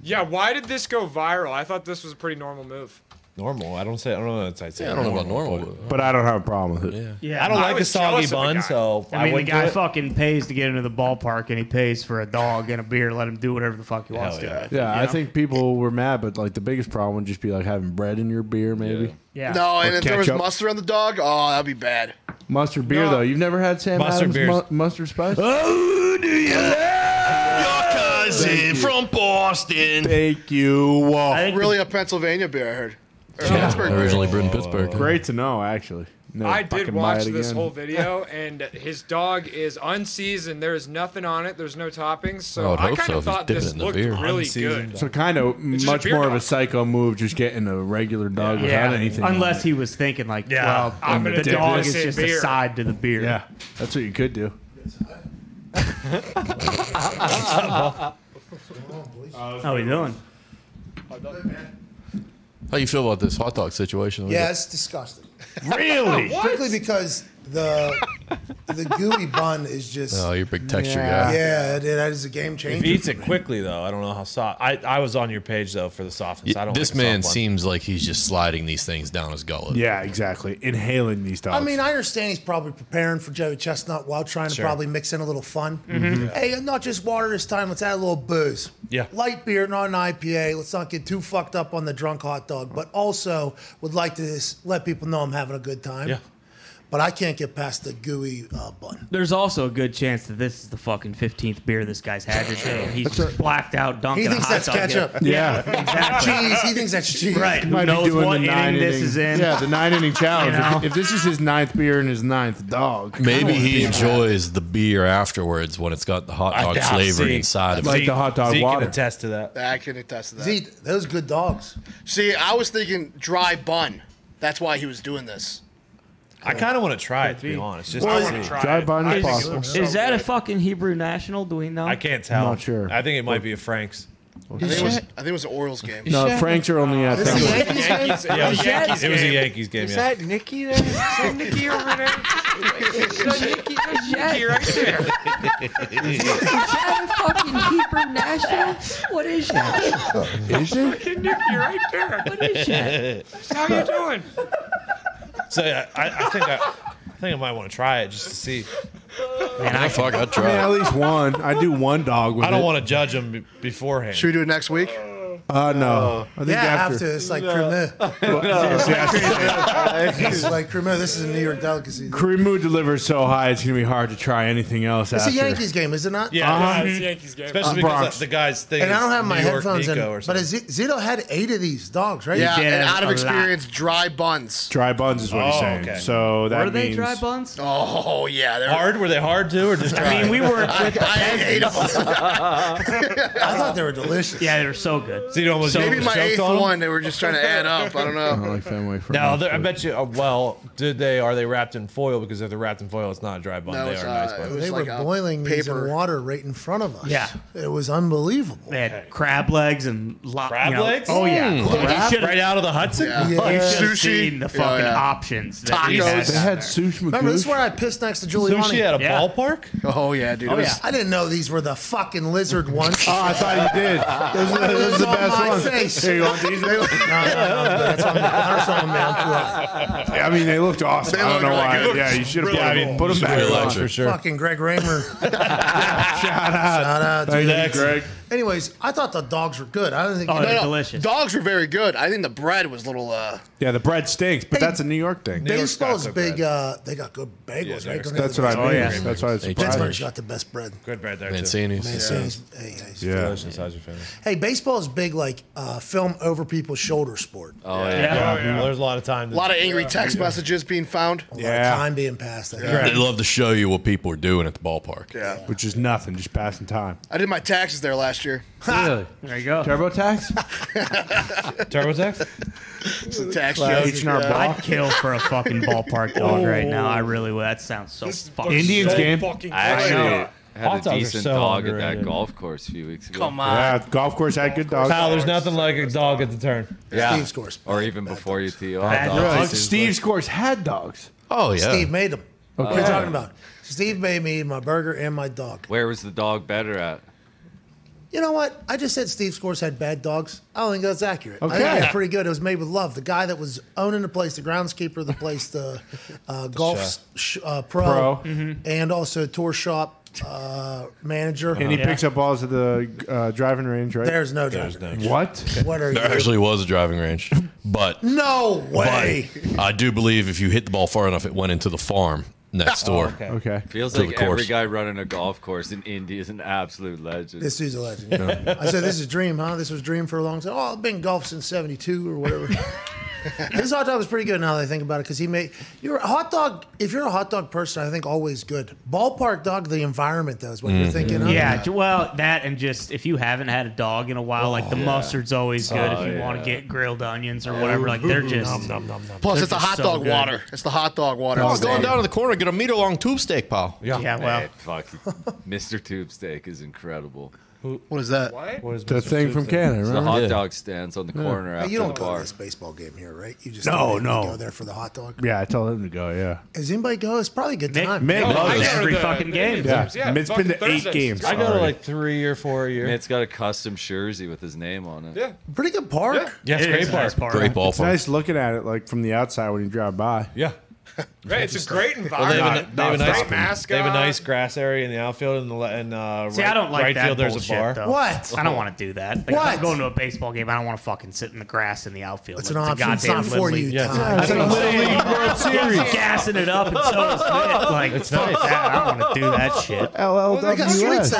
Yeah, why did this go viral? I thought this was a pretty normal move.
Normal. I don't say. I don't know. That's I say.
I don't know about normal.
But I don't have a problem with it.
Yeah.
I don't
I
like a
was
soggy
jealous of the
bun,
guy.
so I,
I mean, the
wouldn't do
guy
it.
fucking pays to get into the ballpark, and he pays for a dog and a beer. Let him do whatever the fuck he wants
Hell
to.
yeah.
Yeah, I think people were mad, but like the biggest problem would just be like having bread in your beer, maybe
Yeah.
No, and
Or
if there was
ketchup.
mustard on the dog, oh, that'd be bad.
mustard beer though. You've never had Sam
Mustard
Adams mu-
beers.
mustard spice.
Your cousin from Boy Boston.
Thank you.
really a Pennsylvania beer, I heard. Or a
Yeah,
Pittsburgh beer.
originally brewed in Pittsburgh.
Great to know, actually. Never
I did
Oh, fucking buy
watch
it
this
again.
whole video, and his dog is unseasoned. There is nothing on it. There's no toppings. So I, kind of thought this looked really good.
So kind of
It's just a
much
beer
more of a psycho move, just getting a regular dog without anything. on
Unless
it.
he was thinking like,
Yeah.
well,
I'm
the
gonna dip
dog
this
is
in
just
beer.
a side to the beer.
yeah, that's what you could do.
How we doing?
How you feel about this hot dog situation?
Yeah, it's disgusting.
Really?
Strictly because the the gooey bun is just.
Oh, you're a big texture
yeah,
guy.
Yeah, that- that is a game
If
changer.
he eats
for
it
me.
quickly though, I don't know how soft. I, I was on your page though for the softness. I don't.
This
like a soft
man
one.
seems like he's just sliding these things down his gullet.
Yeah, exactly. Inhaling these
I mean, I understand he's probably preparing for Joey Chestnut while trying
Sure.
to probably mix in a little fun.
Mm-hmm.
Mhm.
Hey, not just water this time. Let's add a little booze.
Mm-hmm. Yeah.
Light beer, not an IPA. Let's not get too fucked up on the drunk hot dog, but also would like to just let people know I'm having a good time.
Yeah.
But I can't get past the gooey uh, bun.
There's also a good chance that this is the fucking 15th beer this guy's had today. and He's just blacked out dunking
He thinks
a hot
that's
dog in.
ketchup. cheese. He thinks that's cheese.
Right. Who knows what inning this is in?
Yeah, the nine inning challenge.
You know?
if, if this is his ninth beer and his ninth dog,
Maybe
come on,
he
dude.
enjoys the beer afterwards when it's got the hot
I
dog
doubt-
flavor
see,
inside of it.
like the hot dog Zeke can water.
attest to that.
I can attest to that.
See, those good dogs.
See, I was thinking dry bun. That's why he was doing this.
I kind of want to try it to be honest. Just
Well,
to see.
Is- Is that a fucking Hebrew national? Do we know?
I can't tell.
I'm not sure.
I think it might be a Frank's.
I think, it was, I think it was an Orioles game.
No, Franks are only at
This is
them.
Yankees game? Yankees- yeah, it was
Is
a Yankees
that-
It was a game. Yankees game,
Is
yeah.
that Nikki there? Is that Nikki over there?
Is
that Nikki?
Is that-
Nikki right there.
Is that a fucking Hebrew national? What is that?
Is it?
Fucking Nikki right there.
What is
that?
How you doing?
So yeah, I, I think I, I think I might want to try it just to see.
Man, I-
fuck, I'd
I mean, at least one. I do one dog with
I don't
it.
want to judge him be- beforehand.
Should we do it next week?
Uh, no. I think
yeah,
after.
after it's like creme. it's like creme. This is a New York delicacy.
Creamu delivers so high, it's going to be hard to try anything else
It's
after.
a Yankees game, is it not?
Yeah, Uh-huh. it's a
Yankees game. Especially because the- the guy's thing
And I
is
don't have my
New York
headphones
Nico or
in. But is it- Zito had eight of these dogs, right?
Yeah, and out of experience, dry buns.
Dry buns is what he's
Oh,
saying.
okay.
So that means
buns?
Oh yeah, they're
hard. Were they hard too, or just? Dry?
I mean, we were.
I, I ate them. I
thought they were delicious.
Yeah, they were so good.
So you almost
Maybe my
choked
eighth
on 'em?
one. They were just trying to add up. I don't know.
No, they're- I bet you. Uh, well, did they? Are they wrapped in foil? Because if they're wrapped in foil, it's not a dry bun.
No,
they
it's,
are
uh,
nice
it
buns.
was
They
like
were
a
boiling these in
paper-
water right in front of us.
Yeah.
It was unbelievable.
They had crab legs and lo-
Crab
you know-
legs?
Oh yeah,
Mm.
You
Crab?
should've-
Right out of the Hudson? Yeah.
You
Yeah.
should have
Sushi?
seen the
Yeah,
fucking
yeah.
options. That we had
They
down
had
there.
sushi
Remember, this is
magoo.
where I pissed next to Giuliani.
Sushi at a Yeah.
ballpark?
Oh yeah, dude. it was-
I didn't know these were the fucking lizard ones.
Oh, I thought you did. Those are the- those are the
On
best
my
ones.
Face.
Here, you want these?
No, no, no, that's on me. That's on me. I'm
Yeah, I mean, they looked awesome.
They
I
look
don't know
really
why.
good.
Yeah, you should have
Really
put,
cool.
them- put them
Should
back
really
on.
like it. Fucking Greg Raymer. Shout out. Shout out to
Thank you,
Lex.
Greg.
Anyways, I thought the dogs were good. I don't think
No, no, Dogs were very good. I think the bread was little. uh
Yeah, the bread stinks, but that's a New York thing.
Baseball's big. Uh, they got good bagels, right? Don't they
That's
have
what
the
I mean.
best-
That's why I was surprised.
Pittsburgh's got the best bread.
Good bread there
Mancini's.
too.
Mancini's.
Yeah.
Yeah.
Delicious. How's your family?
Hey, baseball is big, like uh, film over people's shoulder sport.
Oh,
yeah. Well, there's a lot of time.
A lot of angry text messages being found.
Yeah.
Time being passed. I think.
They love to show you what people are doing at the ballpark.
Yeah.
Which is nothing, just passing time.
I did my taxes there last year.
Really?
There you go.
TurboTax?
TurboTax?
It's a tax
Well,
joke.
H&R
Yeah.
Block. I'd kill for a fucking ballpark dog right now. I really would. That sounds so fucking
Indians
good.
game?
I actually had a decent dog at that
underrated.
golf course a few weeks ago.
Yeah, golf course had good dogs.
Pal, there's nothing like a dog at the turn.
Yeah.
Steve scores.
Or even before you, Theo.
Bad
Hot
dogs.
dogs.
Steve scores had dogs.
Oh,
Steve made them. What are you
Okay.
talking about? Steve made me eat my burger and my dog.
Where was the dog better at?
You know what? I just said Steve Scores had bad dogs. I don't think that's accurate. I
Okay.
think it's pretty good. It was made with love. The guy that was owning the place, the groundskeeper of the place, the, uh, golf sh- uh, pro,
Pro. Mhm.
and also tour shop uh, manager.
And he picks up balls at the uh, driving range, right?
There's no There's driving no range.
What?
What are
There
you?
actually was a driving range, but
No way.
I do believe if you hit the ball far enough, it went into the farm. next door.
Oh, okay.
Okay.
Feels
To
like
the
every
course.
guy running a golf course in India is an absolute legend.
This dude's a legend. I said, "This is a dream, huh? This was a dream for a long time. Oh, I've been golf since '72 or whatever." His hot dog was pretty good now that I think about it because he made your hot dog. If you're a hot dog person, I think always good. Ballpark dog, the environment though is what
Mm-hmm.
you're thinking. of.
Yeah, j- well, that and just if you haven't had a dog in a while, like the
yeah.
mustard's always good
Oh,
if you want
yeah.
to get grilled onions or whatever. Like they're just
Plus,
they're
it's the
just
hot
so
dog
good.
water. It's the hot dog water.
Oh, going down to the corner, get a meter long tube steak, pal.
Yeah. Yeah, well.
Man, fuck. Mr. Tube Steak is incredible.
What is that?
What is
That Mr. thing Tube from Steak? Canada,
It's The
remember?
hot
Yeah.
dog stands on the
Yeah.
corner
Hey,
after
you don't
the
go
bar.
to this baseball game here, right? You just
No,
you
no.
go there for the hot dog.
Yeah, I told him to go. Yeah.
Does anybody go? It's probably a good time.
Mick
Yeah.
loves it.
Every fucking game.
Yeah. It's been to eight games. already.
three or four a year. Mitt's got a custom jersey with his name on it. Yeah.
Pretty good park.
Yeah, it's It great is a park. nice park. Great ball
It's
park.
nice looking at it like from the outside when you drive by.
Yeah.
Right, it's a great
Well, they
environment.
have, a, they, have a
Great
nice,
mascot.
they have a nice grass area in the outfield and, the le- and uh,
See,
right,
I don't like
right
that
field.
bullshit,
there's a bar.
Though. I don't want to do that. Like, If
What?
I'm going to a baseball game, I don't want to fucking sit in the grass in the outfield.
It's
like,
an
the
option. It's
goddamn
not
Little
for
League.
you, Tom.
Yeah,
It's
that's what
an
I'm
Little
saying.
League World
I'm
Series.
gassing it up, and so is Mitt. Like,
It's
fuck
nice.
that. I don't want to do that shit.
Oh,
LLWS.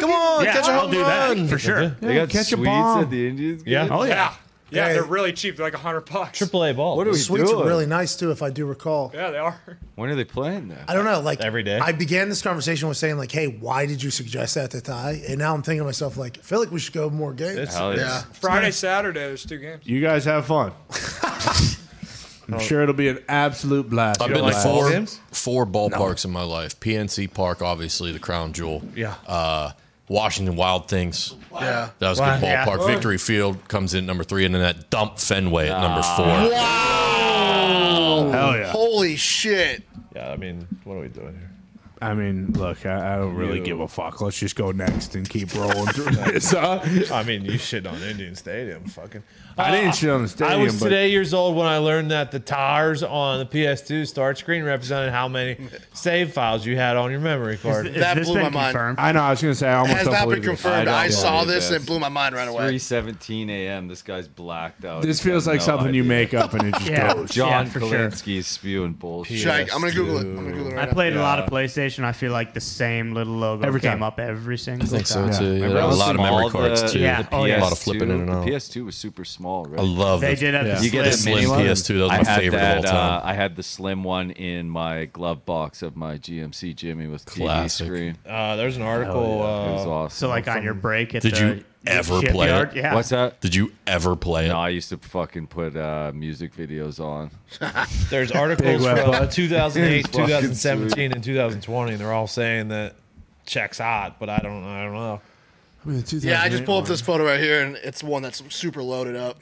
Come on, catch a
I'll
home
do
run.
that
For sure.
They got
catch a
sweets
bomb.
at
the Indians.
Yeah.
Oh, yeah.
yeah. Yeah, they're really cheap. They're like a hundred bucks.
Triple A ball.
What are we
Sweets
doing?
are really nice too, if I do recall.
Yeah, they are.
When are they playing that?
I don't know. Like
Every day?
I began this conversation with saying like, "Hey, why did you suggest that to Ty?" And now I'm thinking to myself like, I feel like we should go more games.
Friday, Saturday, there's two games.
You guys have fun. I'm sure it'll be an absolute blast.
I've
You
been
don't
to
like
four,
ball
four ballparks in my life. PNC Park, obviously the crown jewel.
Yeah.
Uh, Washington Wild Things.
Yeah.
That was a
Wow.
good
Yeah.
ballpark.
Whoa.
Victory Field comes in at number three, and then that dump Fenway at number four.
Wow.
Hell yeah.
Holy shit.
Yeah, I mean, what are we doing here?
I mean, look, I, I don't really give a fuck. Let's just go next and keep rolling through this. huh?
I mean, you shit on Indian Stadium, fucking.
I didn't shit on the stadium,
I was
but-
today years old when I learned that the tires on the PS2 start screen represented how many save files you had on your memory card.
Is- is That this blew been my mind. confirmed?
I know. I was gonna say I almost
Has
don't
not been
believe it.
confirmed. I, saw this and
and
it blew my mind right away.
3:17 a.m. This guy's blacked out.
This
He's got
feels like
no
something you
idea.
make up and it just
Yeah.
goes.
John
Yeah, for sure.
Kalinsky is spewing bullshit.
Should I- I'm gonna Google it. I'm gonna Google it
I played a lot of PlayStation. I feel like the same little logo
Every
came
time.
up every single
think so,
time.
too. Yeah, Remember there was a how lot of memory small cards, the- too.
Oh, Yeah.
the PS2 A lot of flipping in and
the
out.
PS2 was super small, right?
I love
They the- did have the
You get a
slim.
mini
Slim
one?
PS2, that was
I
my
had
favorite of all
that,
time.
Uh, I had the slim one in my glove box of my GMC Jimmy with TV
Classic.
screen.
Uh, there's an article.
Hell yeah, it was
uh,
awesome.
So, like, on your break at
Did
the
you ever
the
play
shipyard?
it?
Yeah.
What's that?
Did you ever play it?
No, I used to fucking put uh, music videos on.
There's
Big
articles
web
from
butt.
2008,
Fucking
2017, and 2020, and they're all saying that check's hot, but I don't, I don't know.
Yeah, I just pulled up this photo right here, and it's one that's super loaded up.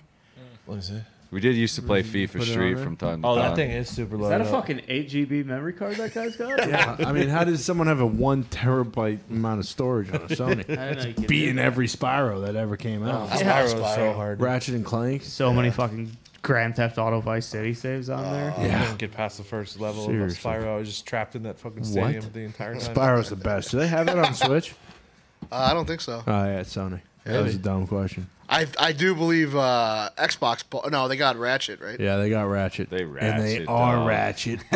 Let me see.
We did used to play FIFA
it on
Street
there?
from time to
Oh,
time.
that thing is super
Is
low.
that a fucking 8 GB memory card that guy's got?
Yeah, I mean, how does someone have a one terabyte amount of storage on a Sony?
I don't know, you
It's
can
beating
do
every Spyro that ever came out.
Oh, Yeah. Spyro was so hard.
Ratchet and Clank.
So many fucking Grand Theft Auto Vice City saves on there.
I didn't get past the first level of
Seriously.
Spyro. I was just trapped in that fucking stadium
What?
the entire time.
Spyro's the best. Do they have that on Switch?
Uh, I don't think so.
Oh yeah, it's Sony. That
Maybe.
was a dumb question.
I I do believe uh, Xbox. bu- No, they got Ratchet, right?
Yeah, they got Ratchet. They and they
ratchet,
are
dog.
Ratchet.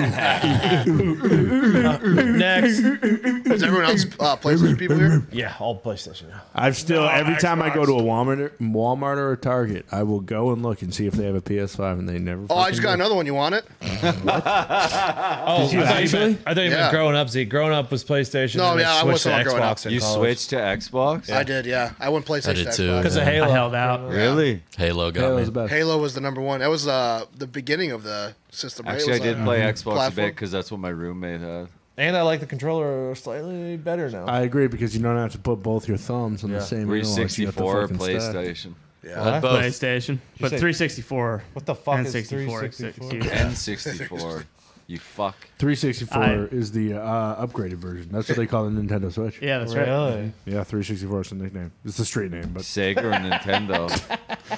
Next.
Is everyone else uh, PlayStation people here?
Yeah, all PlayStation now.
I've still
No,
every time I go
Xbox.
to a Walmart, or- Walmart or a Target, I will go and look and see if they have a PS5, and they never.
Oh, I just got another one. You want it?
Oh,
Did you
I thought you
actually?
meant, I thought you meant
Yeah.
growing up. Z, growing up was PlayStation.
No,
and then
yeah, I
switched
wasn't
to
growing up.
Xbox in
You
college.
switched to Xbox?
I did. Yeah, I went PlayStation.
I did too.
Xbox.
yeah.
Halo. I held out.
Really?
Halo got
Halo's
me.
best.
Halo was the number one. That was uh, the beginning of the system. Right?
Actually, I
It was
did
on
play
a
Xbox a
platform.
bit because that's what my roommate had.
And I like the controller slightly better now.
I agree because you don't have to put both your thumbs on
Yeah.
the same.
Were you
analog, got the
64 or
fucking stack.
PlayStation?
Yeah. I had both.
PlayStation,
You
but
say-
364.
What the fuck
and
is
64?
364?
N64. You fuck.
364
I-
is the uh, upgraded version. That's what they call the Nintendo Switch.
Yeah, that's right. Really?
Yeah, 364 is the nickname. It's the street name, but
Sega or Nintendo?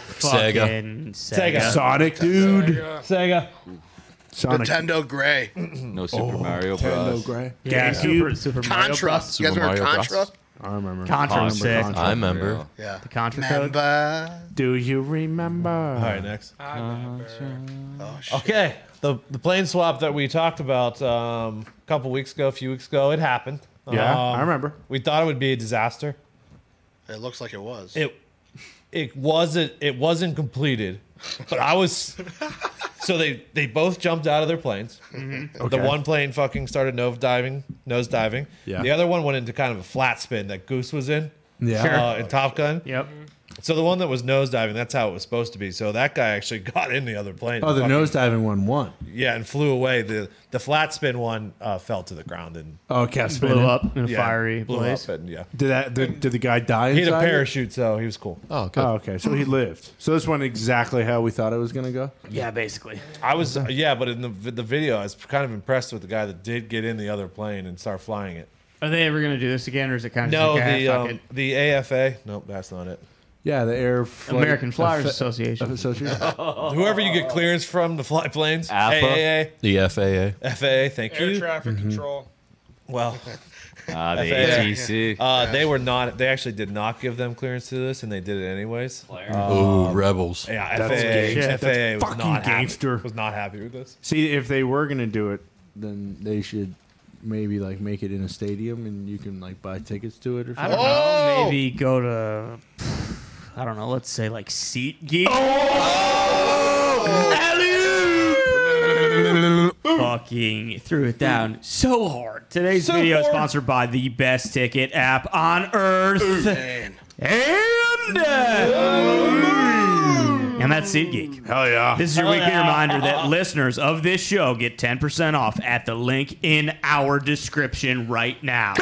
Fucking Sega. Sega.
Sonic, dude.
Sega.
Sonic.
Nintendo Gray.
No Super Mario
Nintendo
Bros.
Gray.
Yeah, Super, Super Mario
Contra.
Bros.
You guys remember Contra?
I remember.
Contra was sick.
I remember.
Yeah.
The Contra code.
Remember?
Do you remember? All
right, next. Oh, okay, the the the plane swap that we talked about um, a couple weeks ago, a few weeks ago, it happened.
Yeah, I
remember. We thought it would be a disaster.
It looks like it was.
It it wasn't it wasn't completed, but I was. So they they both jumped out of their planes.
Mhm.
The
Okay.
one plane fucking started nose diving, nose diving.
Yeah.
The other one went into kind of a flat spin that Goose was in.
Yeah.
Uh,
Sure.
in Top Gun. Yep. So the one that was nose diving, that's how it was supposed to be. So that guy actually got in the other plane.
Oh, the
Fucking-
nosediving one won.
Yeah, and flew away. the The flat spin one uh, fell to the ground and
Oh, kept spinning.
Yeah, blew Up and, yeah.
Did that? Did, did the guy die?
He had a
inside it?
parachute, so he was cool.
Oh, okay. So he lived. So this went exactly how we thought it was going to go.
Yeah, basically. I was yeah, but in the the video, I was kind of impressed with the guy that did get in the other plane and start flying it.
Are they ever going to do this again, or is it kind of
No,
just, okay,
the
fuck
um,
it?
the AFA. Nope, that's not it.
Yeah, the Air Flight-
American Flyers
Affa-
Association.
Association.
Whoever you get clearance from to fly planes,
AFA,
AAA,
the FAA.
FAA. Thank
Air
you.
traffic
Mm-hmm.
control.
Well,
Ah, the
FAA.
ATC.
Uh, they were not. They actually did not give them clearance to this, and they did it anyways.
Uh,
Ooh, rebels.
Yeah,
That's
FAA.
gay shit. That's
FAA was
fucking
not
gangster.
Happy, was not happy with this.
See, if they were going to do it, then they should maybe like make it in a stadium and you can like buy tickets to it or something.
I don't know. Maybe go to. I don't know. Let's say like Seat Geek. Fucking threw it down so hard. Today's
So
video is
hard.
sponsored by the best ticket app on earth. And uh, and that's Seat Geek.
Hell yeah.
This is your
Hell
weekly
yeah.
reminder that listeners of this show get 10% off at the link in our description right now.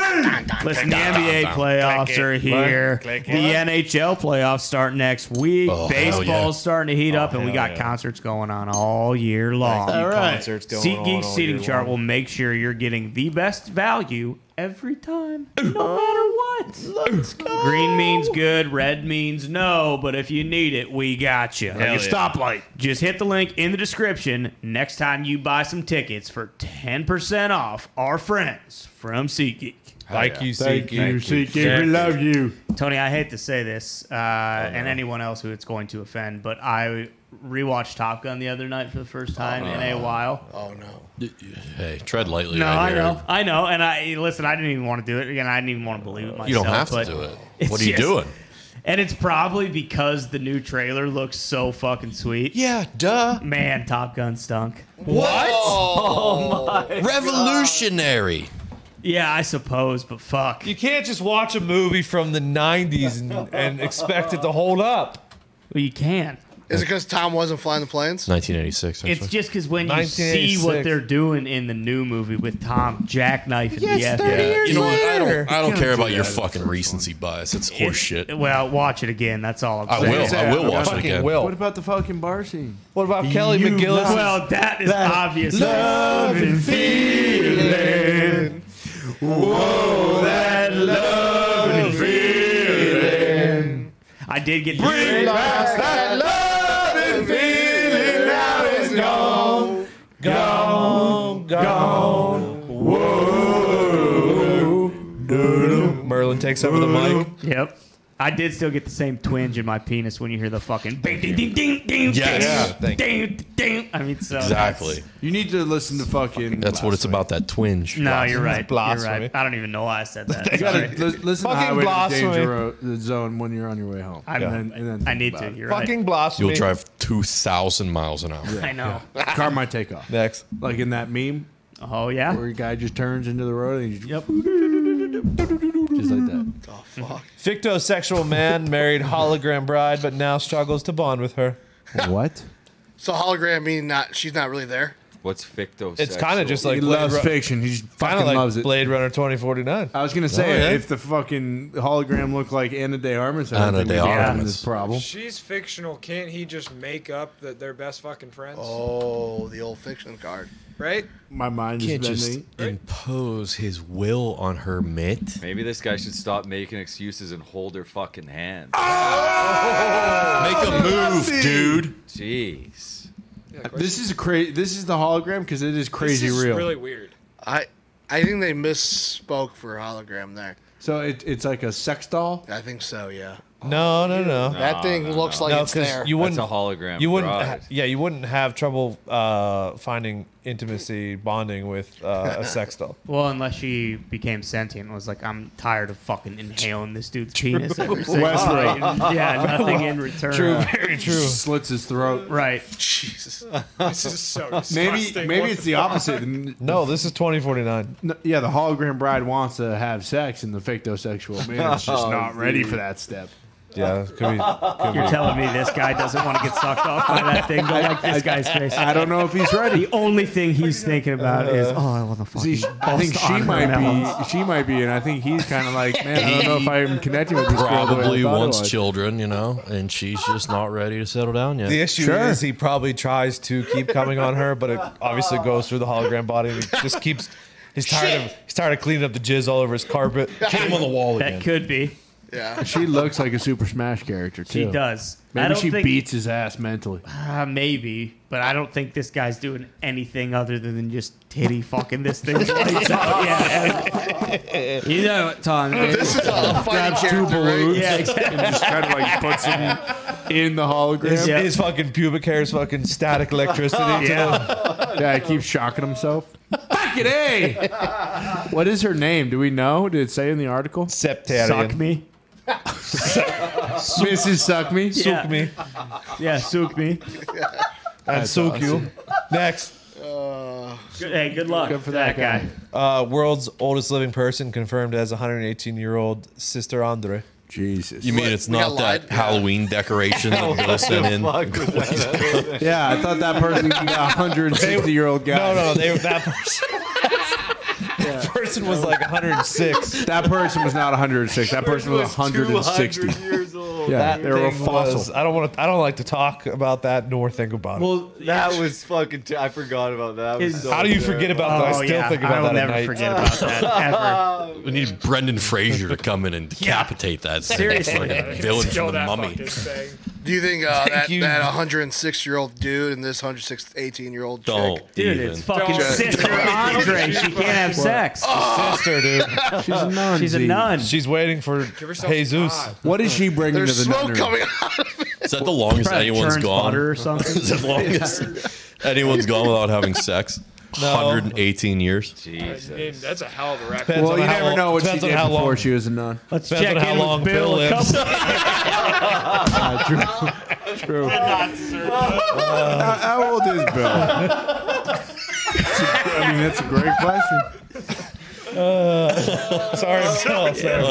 Listen, the
Click
NBA
it.
playoffs are here. The
Click it.
NHL playoffs start next week.
Oh, hell
Baseball's
yeah. Oh,
starting to heat up, and we
hell
got
yeah.
concerts going on all year long.
All right.
Concerts
Concerts going
going SeatGeek
on all
seating
year
chart
long.
will make sure you're getting the best value every time, no matter what. Let's go. Green means good, red means no, but if you need it, we got you.
Like a stoplight.
Just hit the link in the description next time you buy some tickets for 10% off our friends from SeatGeek.
Thank you,
Thank you, SeatGeek. We love you.
Tony, I hate to say this, uh, and anyone else who it's going to offend, but I rewatched Top Gun the other night for the first time in a
no.
while.
Oh no!
Hey, tread lightly.
No,
right
I
here.
know, I know, and I listen. I didn't even want to do it again. I didn't even want to believe it myself.
You don't have to
but
do it.
it's
What are you doing?
And it's probably because the new trailer looks so fucking sweet.
Yeah, duh.
Man, Top Gun stunk.
What?
Oh my!
Revolutionary.
Yeah, I suppose, but fuck.
You can't just watch a movie from the '90s and, and expect it to hold up.
Well, you can.
Is it because Tom wasn't flying the planes?
1986.
It's just because when you see
1986.
what they're doing in the new movie with Tom Jackknife and
Yeah, it's
the
30
FBI.
years You know what? I don't- later. I don't care about your fucking recency bias. It's
It-
horseshit.
Well, watch it again. That's all I'm
I
saying.
will. I will watch it
Fucking
again.
Will. What about the fucking bar scene?
What about Kelly McGillis?
Well, that is obvious.
Love and feeling. Whoa, that love and feeling.
I did get
Bring back that love and feeling. Now it's gone, gone, gone.
Merlin takes over the mic.
Yep. I did still get the same twinge in my penis when you hear the fucking ding ding ding ding ding
Yes.
ding,
Yeah.
ding ding. I mean, so
Exactly.
You need to listen to fucking.
That's what it's about. That twinge.
that's- No, you're right. You're
Blasphemy.
right. I don't even know why I said that.
You gotta
Sorry.
li- listen to Highway to Danger Road- the Zone when you're on your way home.
I'm- I need to. You're right. Fucking
blasphemy.
You'll drive two thousand miles an hour.
I know.
Car might take off.
Next.
Like in that meme.
Oh, yeah.
Where a guy just turns into the road and he's
yep.
just like that.
Oh,
Fictosexual man married hologram bride, but now struggles to bond with her.
What?
So hologram mean not she's not really there.
What's ficto?
It's kind of just like
He
Blade
loves fiction. He just
kinda
fucking
like
loves it.
Blade Runner 2049.
I was gonna say if the fucking hologram looked like Anna De Armas, I
Ana
don't think
de
we'd be having
Armas.
this problem.
She's fictional. Can't he just make up that they're best fucking friends?
Oh, the old fiction card.
Right?
My mind
Can't just impose his will on her mitt.
Maybe this guy should stop making excuses and hold her fucking hand.
Make a move, dude.
Jeez.
This is crazy. This is the hologram because it is crazy real.
weird.
I I think they misspoke for hologram there.
so it, it's like a sex doll.
I think so. Yeah.
No, no, no.
That thing looks like it's
'cause
there.
You wouldn't,
That's a hologram
You wouldn't,
bride.
ha- yeah, you wouldn't have trouble uh, finding intimacy bonding with uh, a sex doll.
Well, unless she became sentient, and was like, I'm tired of fucking inhaling this dude's penis
True.
every single
Westworld.
night." Yeah, nothing in return.
True, very true.
Uh, Slits his throat.
Right.
Jesus. This is so
Maybe
disgusting.
maybe
What
it's
the
the,
fuck?
opposite.
No, this is 2049.
yeah, the hologram bride wants to have sex, and the fictosexual man is just
Oh,
not ready
dude.
for that step.
Yeah, could be.
could
You're
be.
telling me this guy doesn't want to get sucked off by that thing? Go like this guy's face.
I don't know if he's ready.
The only thing he's thinking about is, oh, I want to fucking.
See, I think
bust on
she
her
might
melons."
be. She might be, and I think he's kind of like, man, I don't know if I'm connecting with this girl. the way I
Probably
thought I
wants
was."
children, you know, and she's just not ready to settle down yet.
The issue is he probably tries to keep coming on her, but it obviously goes through the hologram body. And he just keeps. He's tired of. He's tired of cleaning up the jizz all over his carpet. Hit him on the wall
That could be.
Yeah.
She looks like a Super Smash character too.
She does. I
Maybe
don't
she
think-
beats his ass mentally.
Uh, maybe, but I don't think this guy's doing anything other than just titty fucking this thing. yeah. You know what, Tom?
This is a fighting
Grabs two
character, right?
balloons
Yeah,
and just kind of like puts them in the hologram.
His, his fucking pubic hair is fucking static electricity.
yeah, yeah. He keeps shocking himself. Fuck it, hey! What is her name? Do we know? Did it say in the article?
Septarian.
Suck me.
Mrs. Suck me.
Yeah. Sook me. Yeah, sook me.
and
That's
soak you.
awesome.
Next.
Uh,
Good, hey, good luck.
Good for that guy.
Uh, world's oldest living person confirmed as 118 year old Sister Andre.
Jesus.
You mean it's not that Halloween decoration that Bill sent in?
Yeah, I thought that person was a 160 year old guy.
No, no, they, that person. that person was like 106.
That person was not 106. That person was 160. Yeah, they were a
thing
fossil.
was- I don't want to. I don't like to talk about that nor think about it.
Well, that was fucking. T- I forgot about that. that was so
How do you
terrible.
forget about
Oh,
that? I still think about that. at night.
We need Brendan Fraser to come in and decapitate that thing. It's like a villain from
Kill
the
that
mummy.
fucking thing. Do you think uh, that,
you.
that 106 year old dude and this 118 year old
Don't
chick?
Dude, even. it's
fucking Sister Andre. She can't have sex.
Sister, dude.
She's a nun.
She's a nun.
She's waiting for
yourself
Jesus.
time.
What is she bringing
There's
to the nunnery?
smoke coming out of it.
Is that the longest
Probably
anyone's
churns
gone?
butter or something.
Is that the longest anyone's gone without having sex? 118 years.
I mean, that's a hell of a record.
Well, you never know what she
depends on
did
how
before
long-
she was a nun.
Let's
Depends
check
on how
in
long
with Bill.
Bill
a
lives.
couple-
Ah, true. true.
Uh,
how, how old is Bill? That's a- I mean, that's a great question.
Uh, sorry, I'm so upset.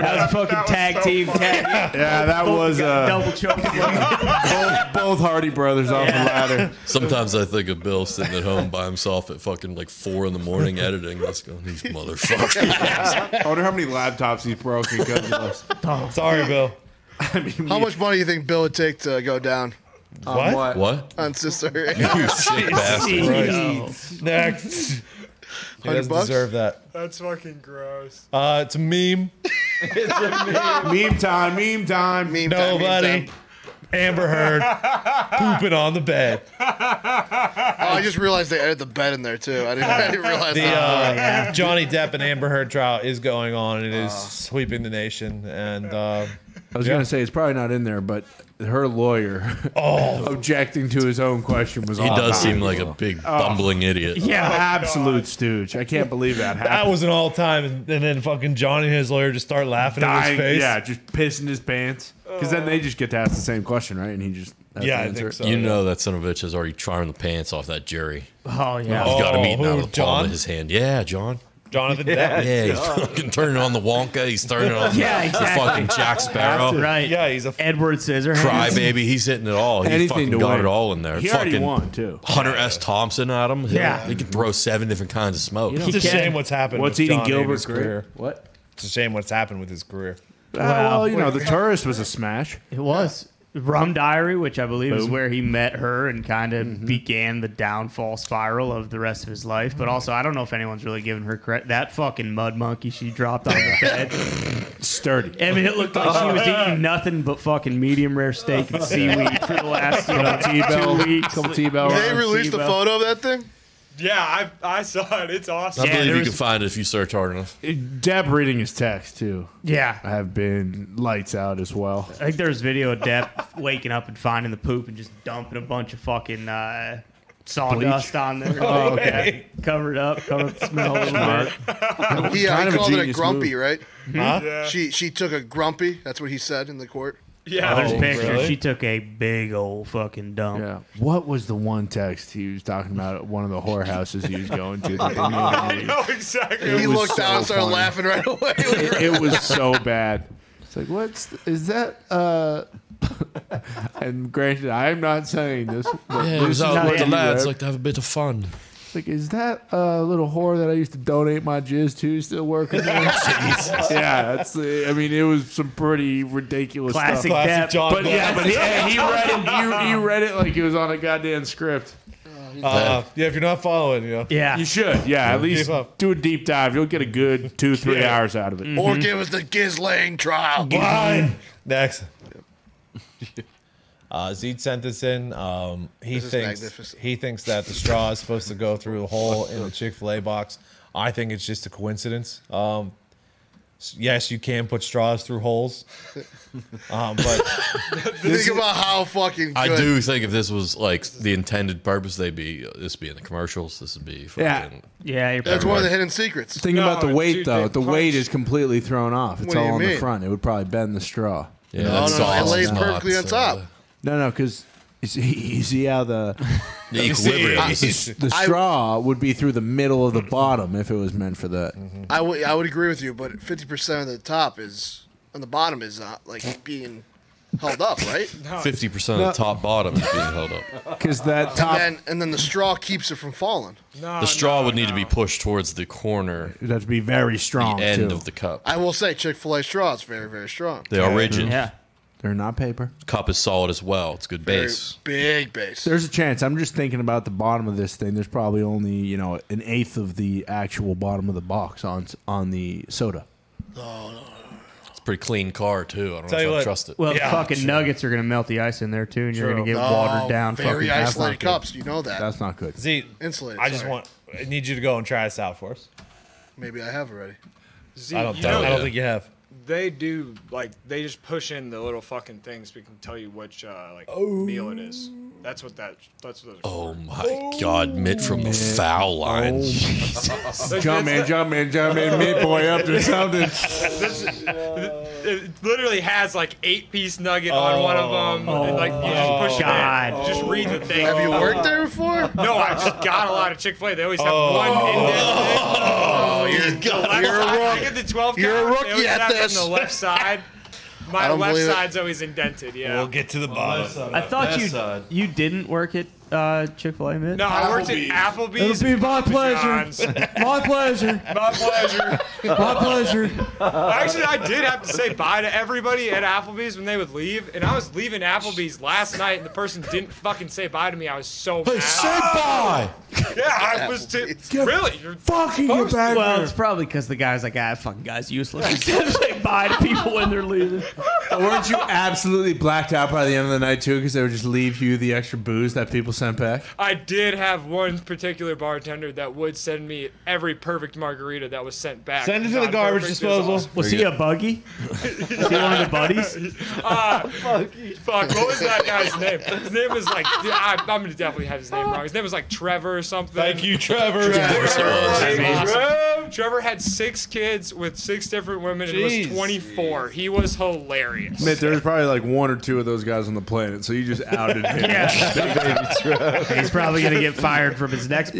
that was fucking tag team tag.
Yeah, that was uh,
Double choke.
both, both Hardy brothers off the ladder.
Sometimes I think of Bill sitting at home by himself at fucking like four in the morning editing. That's going, these motherfuckers.
I wonder how many laptops he's broken because of us.
Sorry, Bill.
I mean,
How
we-
much money do you think Bill would take to go down
on
What?
What?
on Sister?
You sick bastard.
Next. He
100
doesn't
bucks?
deserve that.
That's fucking gross.
Uh, it's a meme.
Meme time, meme time.
Meme time, meme
Nobody.
time.
Amber Heard pooping on the bed.
Oh, I just realized they added the bed in there too. I didn't, I didn't realize
Oh,
The
that.
uh, Johnny Depp and Amber Heard trial is going on and it is
Oh.
sweeping the nation. And uh,
I was
Yeah.
gonna say it's probably not in there, but her lawyer objecting to his own question was.
Oh,
He does seem like a big bumbling idiot.
yeah, absolute stooge. I can't believe that
that
happened.
was an all time. And then fucking Johnny and his lawyer just start laughing in his
Dying,
face.
yeah, just pissing his pants. Because
Uh,
then they just get to ask the same question, right? And he just has
Yeah,
to
I
answer
think
it.
so.
You know that son of a bitch is already charring the pants off that jury.
Oh yeah.
He's got
Oh,
him eating out
who,
of the palm
John?
of his hand. Yeah, John.
Jonathan
Yeah,
Depp.
he's fucking turning on the Wonka. He's turning on
Yeah,
the
exactly.
fucking Jack Sparrow.
Right.
Yeah, he's a
Edward Scissorhands.
Crybaby. He's hitting it all. He
Anything
fucking
to
got
win.
it all in there.
He already
fucking
won too.
Hunter S. Thompson at him.
Yeah.
He could throw seven different kinds of smoke.
It's a
He can.
shame what's happened.
What's
with
eating
John
Gilbert's
Amy's
career? What?
It's a shame what's happened with his career.
Uh, well, you know, the tourist was a smash.
It was. Rum Diary, which I believe is where he met her and kind of began the downfall spiral of the rest of his life. But also, I don't know if anyone's really given her credit. That fucking mud monkey she dropped on the bed.
Sturdy.
I mean, it looked like she was eating nothing but fucking medium rare steak and seaweed for the last you know,
T-Bell,
two weeks.
couple T-Bell.
Did they
rounds.
released the
Tebow.
photo of that thing?
Yeah, I I saw it. It's awesome.
I believe you can find it if you search hard enough.
Dab reading his text too.
Yeah.
I have been lights out as well.
I think there's video of Depp waking up and finding the poop and just dumping a bunch of fucking uh, sawdust
Bleach?
on there.
Oh, okay.
Yeah. Covered up, covered up the smell a little
Smart.
bit.
He, uh, he called it a grumpy, right?
Huh? Yeah.
She she took a grumpy. That's what he said in the court.
Yeah, there's pictures. She took a big old fucking dump.
Yeah. What was the one text he was talking about at one of the whorehouses he was going to? that they made him leave?
exactly.
It
he
was
looked down and
so
started
funny.
laughing right away.
it, it was so bad. It's like, what's th- is that? Uh, and granted, I am not saying this. but
Yeah, it was
Lucy's
out with the
lady
lads,
wrote-
like to have a bit of fun.
it's like, is that uh, little whore that I used to donate my jizz to still working? There? yeah, that's. The, I mean, it was some pretty ridiculous
Classic
stuff.
Classic Depp. John
but yeah,
Depp.
but he, and he read it. He, he read it like it was on a goddamn script.
Uh, yeah, if you're not following, you know.
you should. Yeah, at least
Keep up.
do a deep dive. You'll get a good two, three
Yeah.
hours out of it.
Or give us the Gizlang trial.
Fine. Next. Uh, Zed sent this in. Um, he
This is
thinks
magnificent.
he thinks that the straw is supposed to go through a hole in the Chick Fil A box. I think it's just a coincidence. Um, s- yes, you can put straws through holes, um, but
Think about how fucking. Good.
I do think if this was like the intended purpose, they'd be this would be in the commercials. This would be fucking,
Yeah.
Yeah, you're
That's one of the hidden secrets.
Think about the weight though. The weight is completely thrown off. It's
What do
all
you
on the
mean?
front. It would probably bend the straw.
Yeah,
No, that's no, no, it sauce. lays perfectly on
uh,
top.
No, no, because you see, you see how the
The equilibrium.
the, the
I-
straw would be through the middle of the bottom if it was meant for that.
I would I would agree with you, but fifty percent of the top is on the bottom is not like being held up, right?
Fifty percent of the top bottom is being held up.
Because that
And then and then the straw keeps it from falling.
The straw would need to be pushed towards the corner.
It'd have to be very strong.
The end
too.
of the cup.
I will say Chick Fil A straw is very very strong.
They are rigid.
Yeah. They're not paper.
Cup is solid as well. It's good
Very
base.
big base.
There's a chance. I'm just thinking about the bottom of this thing. There's probably only you know an eighth of the actual bottom of the box on on the soda.
It's a pretty clean car too. I don't
Tell
know
you
if I
what-
trust it.
Well, fucking nuggets are gonna melt the ice in there too, and you're gonna
True.
get
No,
watered down.
Oh, very
fucking half
isolated
bucket.
cups. You know that.
That's not good.
Z,
Insulated,
I just
sorry.
want I need you to go and try this out for us.
Maybe I have already.
Z,
I don't,
you
doubt-
know-
I don't think you have.
They do like they just push in the little fucking things. We can tell you which uh, like meal it is. That's what that. That's what.
Oh my God, Mitt from the foul line.
Like,
Jump man,
that's
jump man, jump man, mid boy up to something.
the- this- it literally has like eight piece nugget on one of them. and, like you just push it in.
God.
Just read the thing.
Have you worked there before?
No, I just got a lot of Chick Fil A. They always have one in there.
Oh, you're
I,
you're a
I,
rook.
get the twelve.
You're a
count. They
rookie
always
at
have it
this.
On the left side. My
don't
left
believe it.
side's always indented. Yeah.
We'll get to the bottom.
I thought you you didn't work at uh, Chick Fil A,
No, I worked at Applebee's.
It'll be my
Papa John's.
pleasure. my pleasure.
my pleasure.
My pleasure.
Actually, I did have to say bye to everybody at Applebee's when they would leave, and I was leaving Applebee's last night, and the person didn't fucking say bye to me. I was so mad.
bye.
Yeah, I was t- really. You're
fucking
supposed to.
Well, it's probably because the guy's like, ah, fucking guy's useless. Instead of saying bye to people when they're leaving.
Weren't you absolutely blacked out by the end of the night too? Because they would just leave you the extra booze that people sent back.
I did have one particular bartender that would send me every perfect margarita that was sent back.
Send it to the garbage
Non-perfect is
disposal.
awesome.
Was he a buggy? Was he one of the buddies?
Uh, fuck, what was that guy's name? His name was like, dude, I, I'm gonna definitely have his name wrong. His name was like Trevor or something.
Thank you, Trevor.
Trevor, Trevor had six kids with six different women and was
Jeez.
24. He was hilarious.
Mitt, there's probably like one or two of those guys on the planet, so you just outed him.
He's probably going to get fired from his next bartending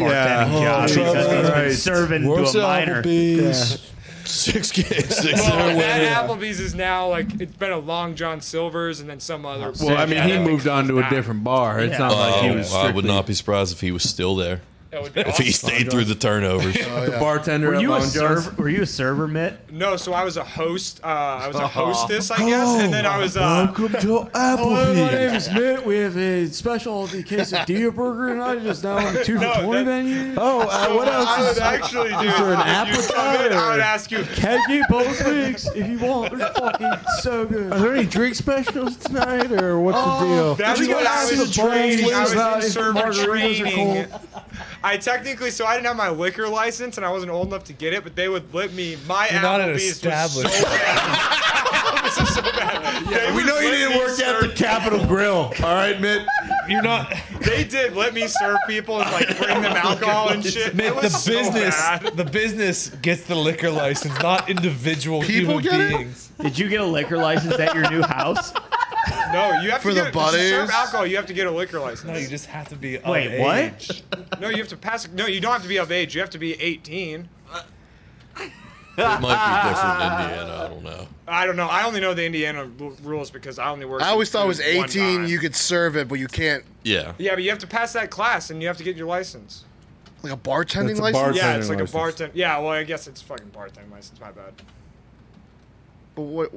Yeah.
job
Oh,
because he's been
Christ.
serving
Works
to a
at
minor.
Applebee's.
Six kids. Six
Well, that
women.
Applebee's is now like it's been a Long John Silver's and then some other.
Well, I mean, he
Yeah.
moved on to a different bar. It's not like he
Oh,
was.
I
Strictly,
would not be surprised if he was still there.
That would be
If he
awesome.
stayed through the turnovers.
the bartender.
Were
at
you a
Long John's-
server? Were you a server, Mitt?
No, so I was a host. Uh, I was a
Uh-huh.
hostess, I guess, and then I
Oh,
was. Uh,
Welcome
Oh,
to
Hello, Oh, my name
Applebee's.
is Mitt. We have a special quesadilla burger and I just now on the two
No,
for twenty
that-
menu.
Oh, uh, what
I
else?
would
Is,
actually do.
is there an
if you come in,
appetizer?
I would ask you.
Keggy Bubble Twigs, if you want, they're fucking so good.
Are there any drink specials tonight, or what's the deal?
That's
Did you
what I
guys see
was
the bowls
training. I
lose
was
that
in
if
server
margaritas are
training. I technically, so I didn't have my liquor license and I wasn't old enough to get it, but they would let me. My
You're not an
Applebee's was so
established.
They
we
would
know you
let
didn't
me
work at the
serve
Capitol Grill. All right, Mitt.
You're not.
They did let me serve people and like bring them alcohol and shit.
Mitt,
It
the
was so
business,
bad.
the business gets the liquor license, not individual
People
human
get it?
beings.
Did you get a liquor license at your new house?
No, you have
For
to
the
get, to serve
buddies?
alcohol. You have to get a liquor license.
No, you just have to be. of
Wait, what?
age.
No, you have to pass. No, you don't have to be of age. You have to be 18.
It might be different in Indiana. I don't know.
I don't know. I only know the Indiana r- rules because I only worked.
I always
in
thought it was
food one time.
18. You could serve it, but you can't.
Yeah.
Yeah, but you have to pass that class and you have to get your license.
Like a bartending
That's a
license.
yeah, it's like a bartender. Yeah, well, I guess it's fucking bartending license. My bad.
But what?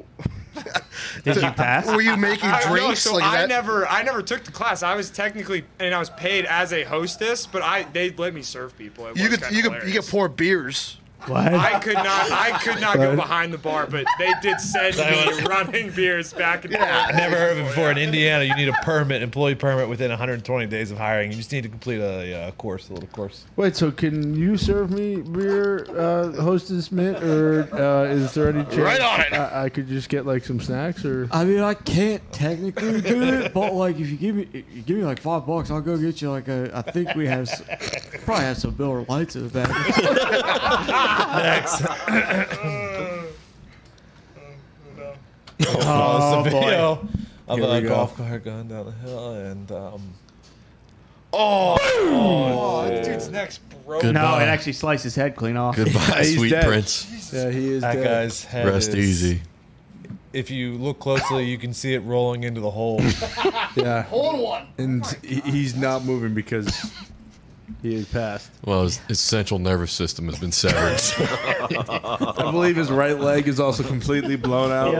Did you pass?
Were you making
I don't know,
drinks
so
like
I
that?
never, I never took the class. I was technically, and I was paid as a hostess, but I they let me serve people. It
You
was
could
kinda
you could
hilarious.
you could pour beers.
I could not. I could not go
What?
behind the bar, but they did send me running beers back and forth.
I've never heard of it before. In Indiana, you need a permit, employee permit, within 120 days of hiring. You just need to complete a, uh course, a little course.
Wait, so can you serve me beer, uh, hostess mint, or uh, is there any chance
Right on it.
I, I could just get like some snacks or?
I mean, I can't technically do it, but like, if you give me, if you give me like five bucks, I'll go get you like a. I think we have, s- probably have some Miller Lights in the back.
Oh,
Oh,
it's a
boy.
video of
Here we
a
go.
golf cart going down the hill, and um,
Oh,
Oh, that dude's neck's broken.
No, it actually sliced his head clean off.
Goodbye,
He's
sweet
dead.
prince.
Yeah, he is.
that
dead.
guy's head.
Rest
is-
easy.
If you look closely, you can see it rolling into the hole.
Yeah.
Hold one.
And he he's not moving because he is passed.
Well, his, his central nervous system has been severed.
I believe his right leg is also completely blown out.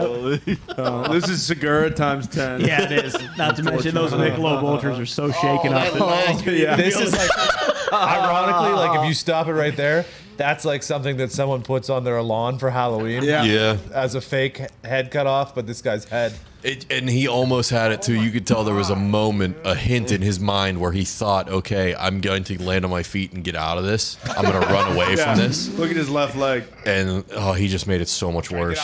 Uh, this is Segura times 10.
Yeah, it is. Not to mention those
Unfortunately.
Michelob Ultras are so
Oh,
shaken up. that-
yeah.
This is like, ironically, like if you stop it right there, that's like something that someone puts on their lawn for Halloween.
Yeah. Yeah.
As a fake head cut off, but this guy's head.
It, and he almost had it too. You could tell there was a moment, a hint in his mind where he thought, okay, I'm going to land on my feet and get out of this. I'm going to run away
Yeah.
from this.
Look at his left leg.
And oh, he just made it so much worse.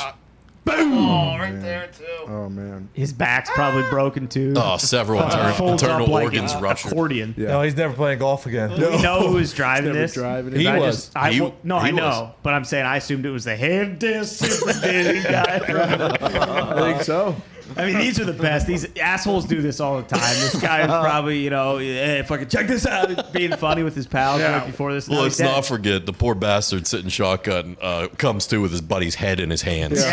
Boom!
right there, too. Oh, man.
His back's probably broken too.
Oh, several
Fucking
intern-
folds
internal
Uh, up like
organs
an
ruptured.
Accordion.
No, he's never playing golf again.
Do we know who was driving this?
He
I
was.
Just, I,
He-
wa- no, I
he
know,
was.
but I'm saying I assumed it was the hand disc super dude guy. I
think so.
I mean, these are the best. These assholes do this all the time. This guy is probably, you know, hey, fucking check this out, being funny with his pals right before this. Now he's
Let's
dead.
not forget the poor bastard sitting shotgun uh, comes to with his buddy's head in his hands.
Oh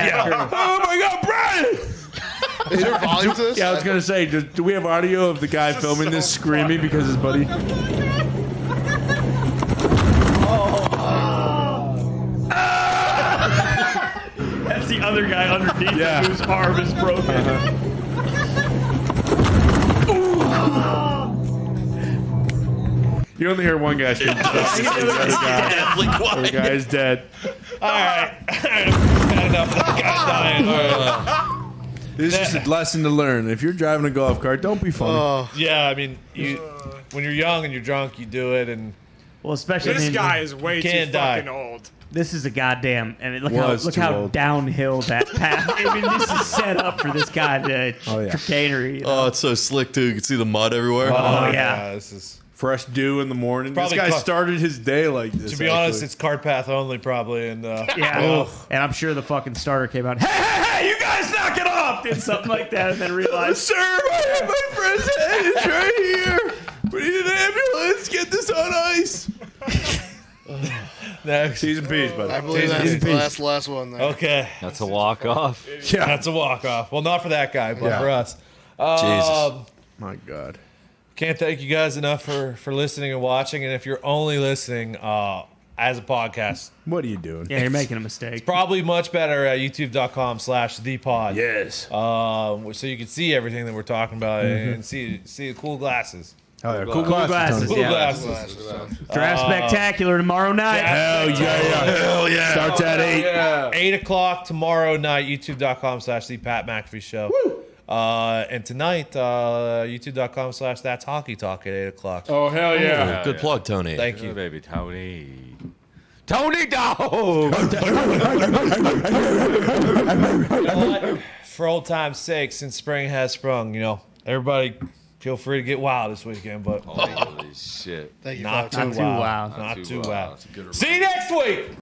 my God, Brian!
Is there volume to this?
Yeah, I was gonna say, do, do we have audio of the guy filming this screaming because his buddy?
That's the other guy underneath him
Yeah.
whose arm is broken.
Uh-huh. You only hear one guy screaming. the other guy, the other guy is dead.
All right. Had enough of that guy dying. All right.
This is just a lesson to learn. If you're driving a golf cart, don't be funny.
Oh,
Yeah, I mean, you, when you're young and you're drunk, you do it, and
well, especially
This guy is way too
Can't die.
fucking old.
This is a goddamn. I mean, look how
Was
look
too
how
old.
downhill that path. I mean, this is set up for this guy to chicanery.
Oh, it's so slick too. You can see the mud everywhere.
Oh, yeah.
this is
fresh dew in the morning.
Probably
this guy
cut-
started his day like this.
to be honest, it's cart path only probably. And uh,
Yeah,
ugh.
and I'm sure the fucking starter came out. Hey, hey, hey, you guys, knock it off! Did something like that, and then realized,
Sir, my, my friend's head is right here. We need an ambulance. Get this on ice.
Next.
T's and P's, buddy.
I believe that's the last last one. There.
Okay.
That's a walk off.
Yeah, that's a walk off. Well, not for that guy, but
Yeah.
for us.
Jesus.
Um,
My God.
Can't thank you guys enough for for listening and watching. And if you're only listening uh, as a podcast,
what are you doing?
yeah, you're making a mistake.
Probably much better at youtube.com slash the pod.
Yes.
Um, so you can see everything that we're talking about
Mhm.
and see see the cool glasses.
Oh, yeah, cool Cool glasses, glasses,
Cool
yeah.
glasses.
Draft
Uh,
spectacular tomorrow night.
Hell yeah, yeah.
Hell
yeah. Starts at
Hell
eight.
yeah. Eight o'clock tomorrow night, youtube.com slash the Pat McAfee show. Uh, and tonight, uh, youtube.com slash that's hockey talk at 8 o'clock.
Oh, hell yeah.
Ooh, good plug, Tony.
Thank you.
baby, Tony.
Tony Dog! For old time's sake, since spring has sprung, you know, everybody feel free to get wild this weekend,
Oh,
but
Holy shit.
not, too wild. Not, too wild. See you next week!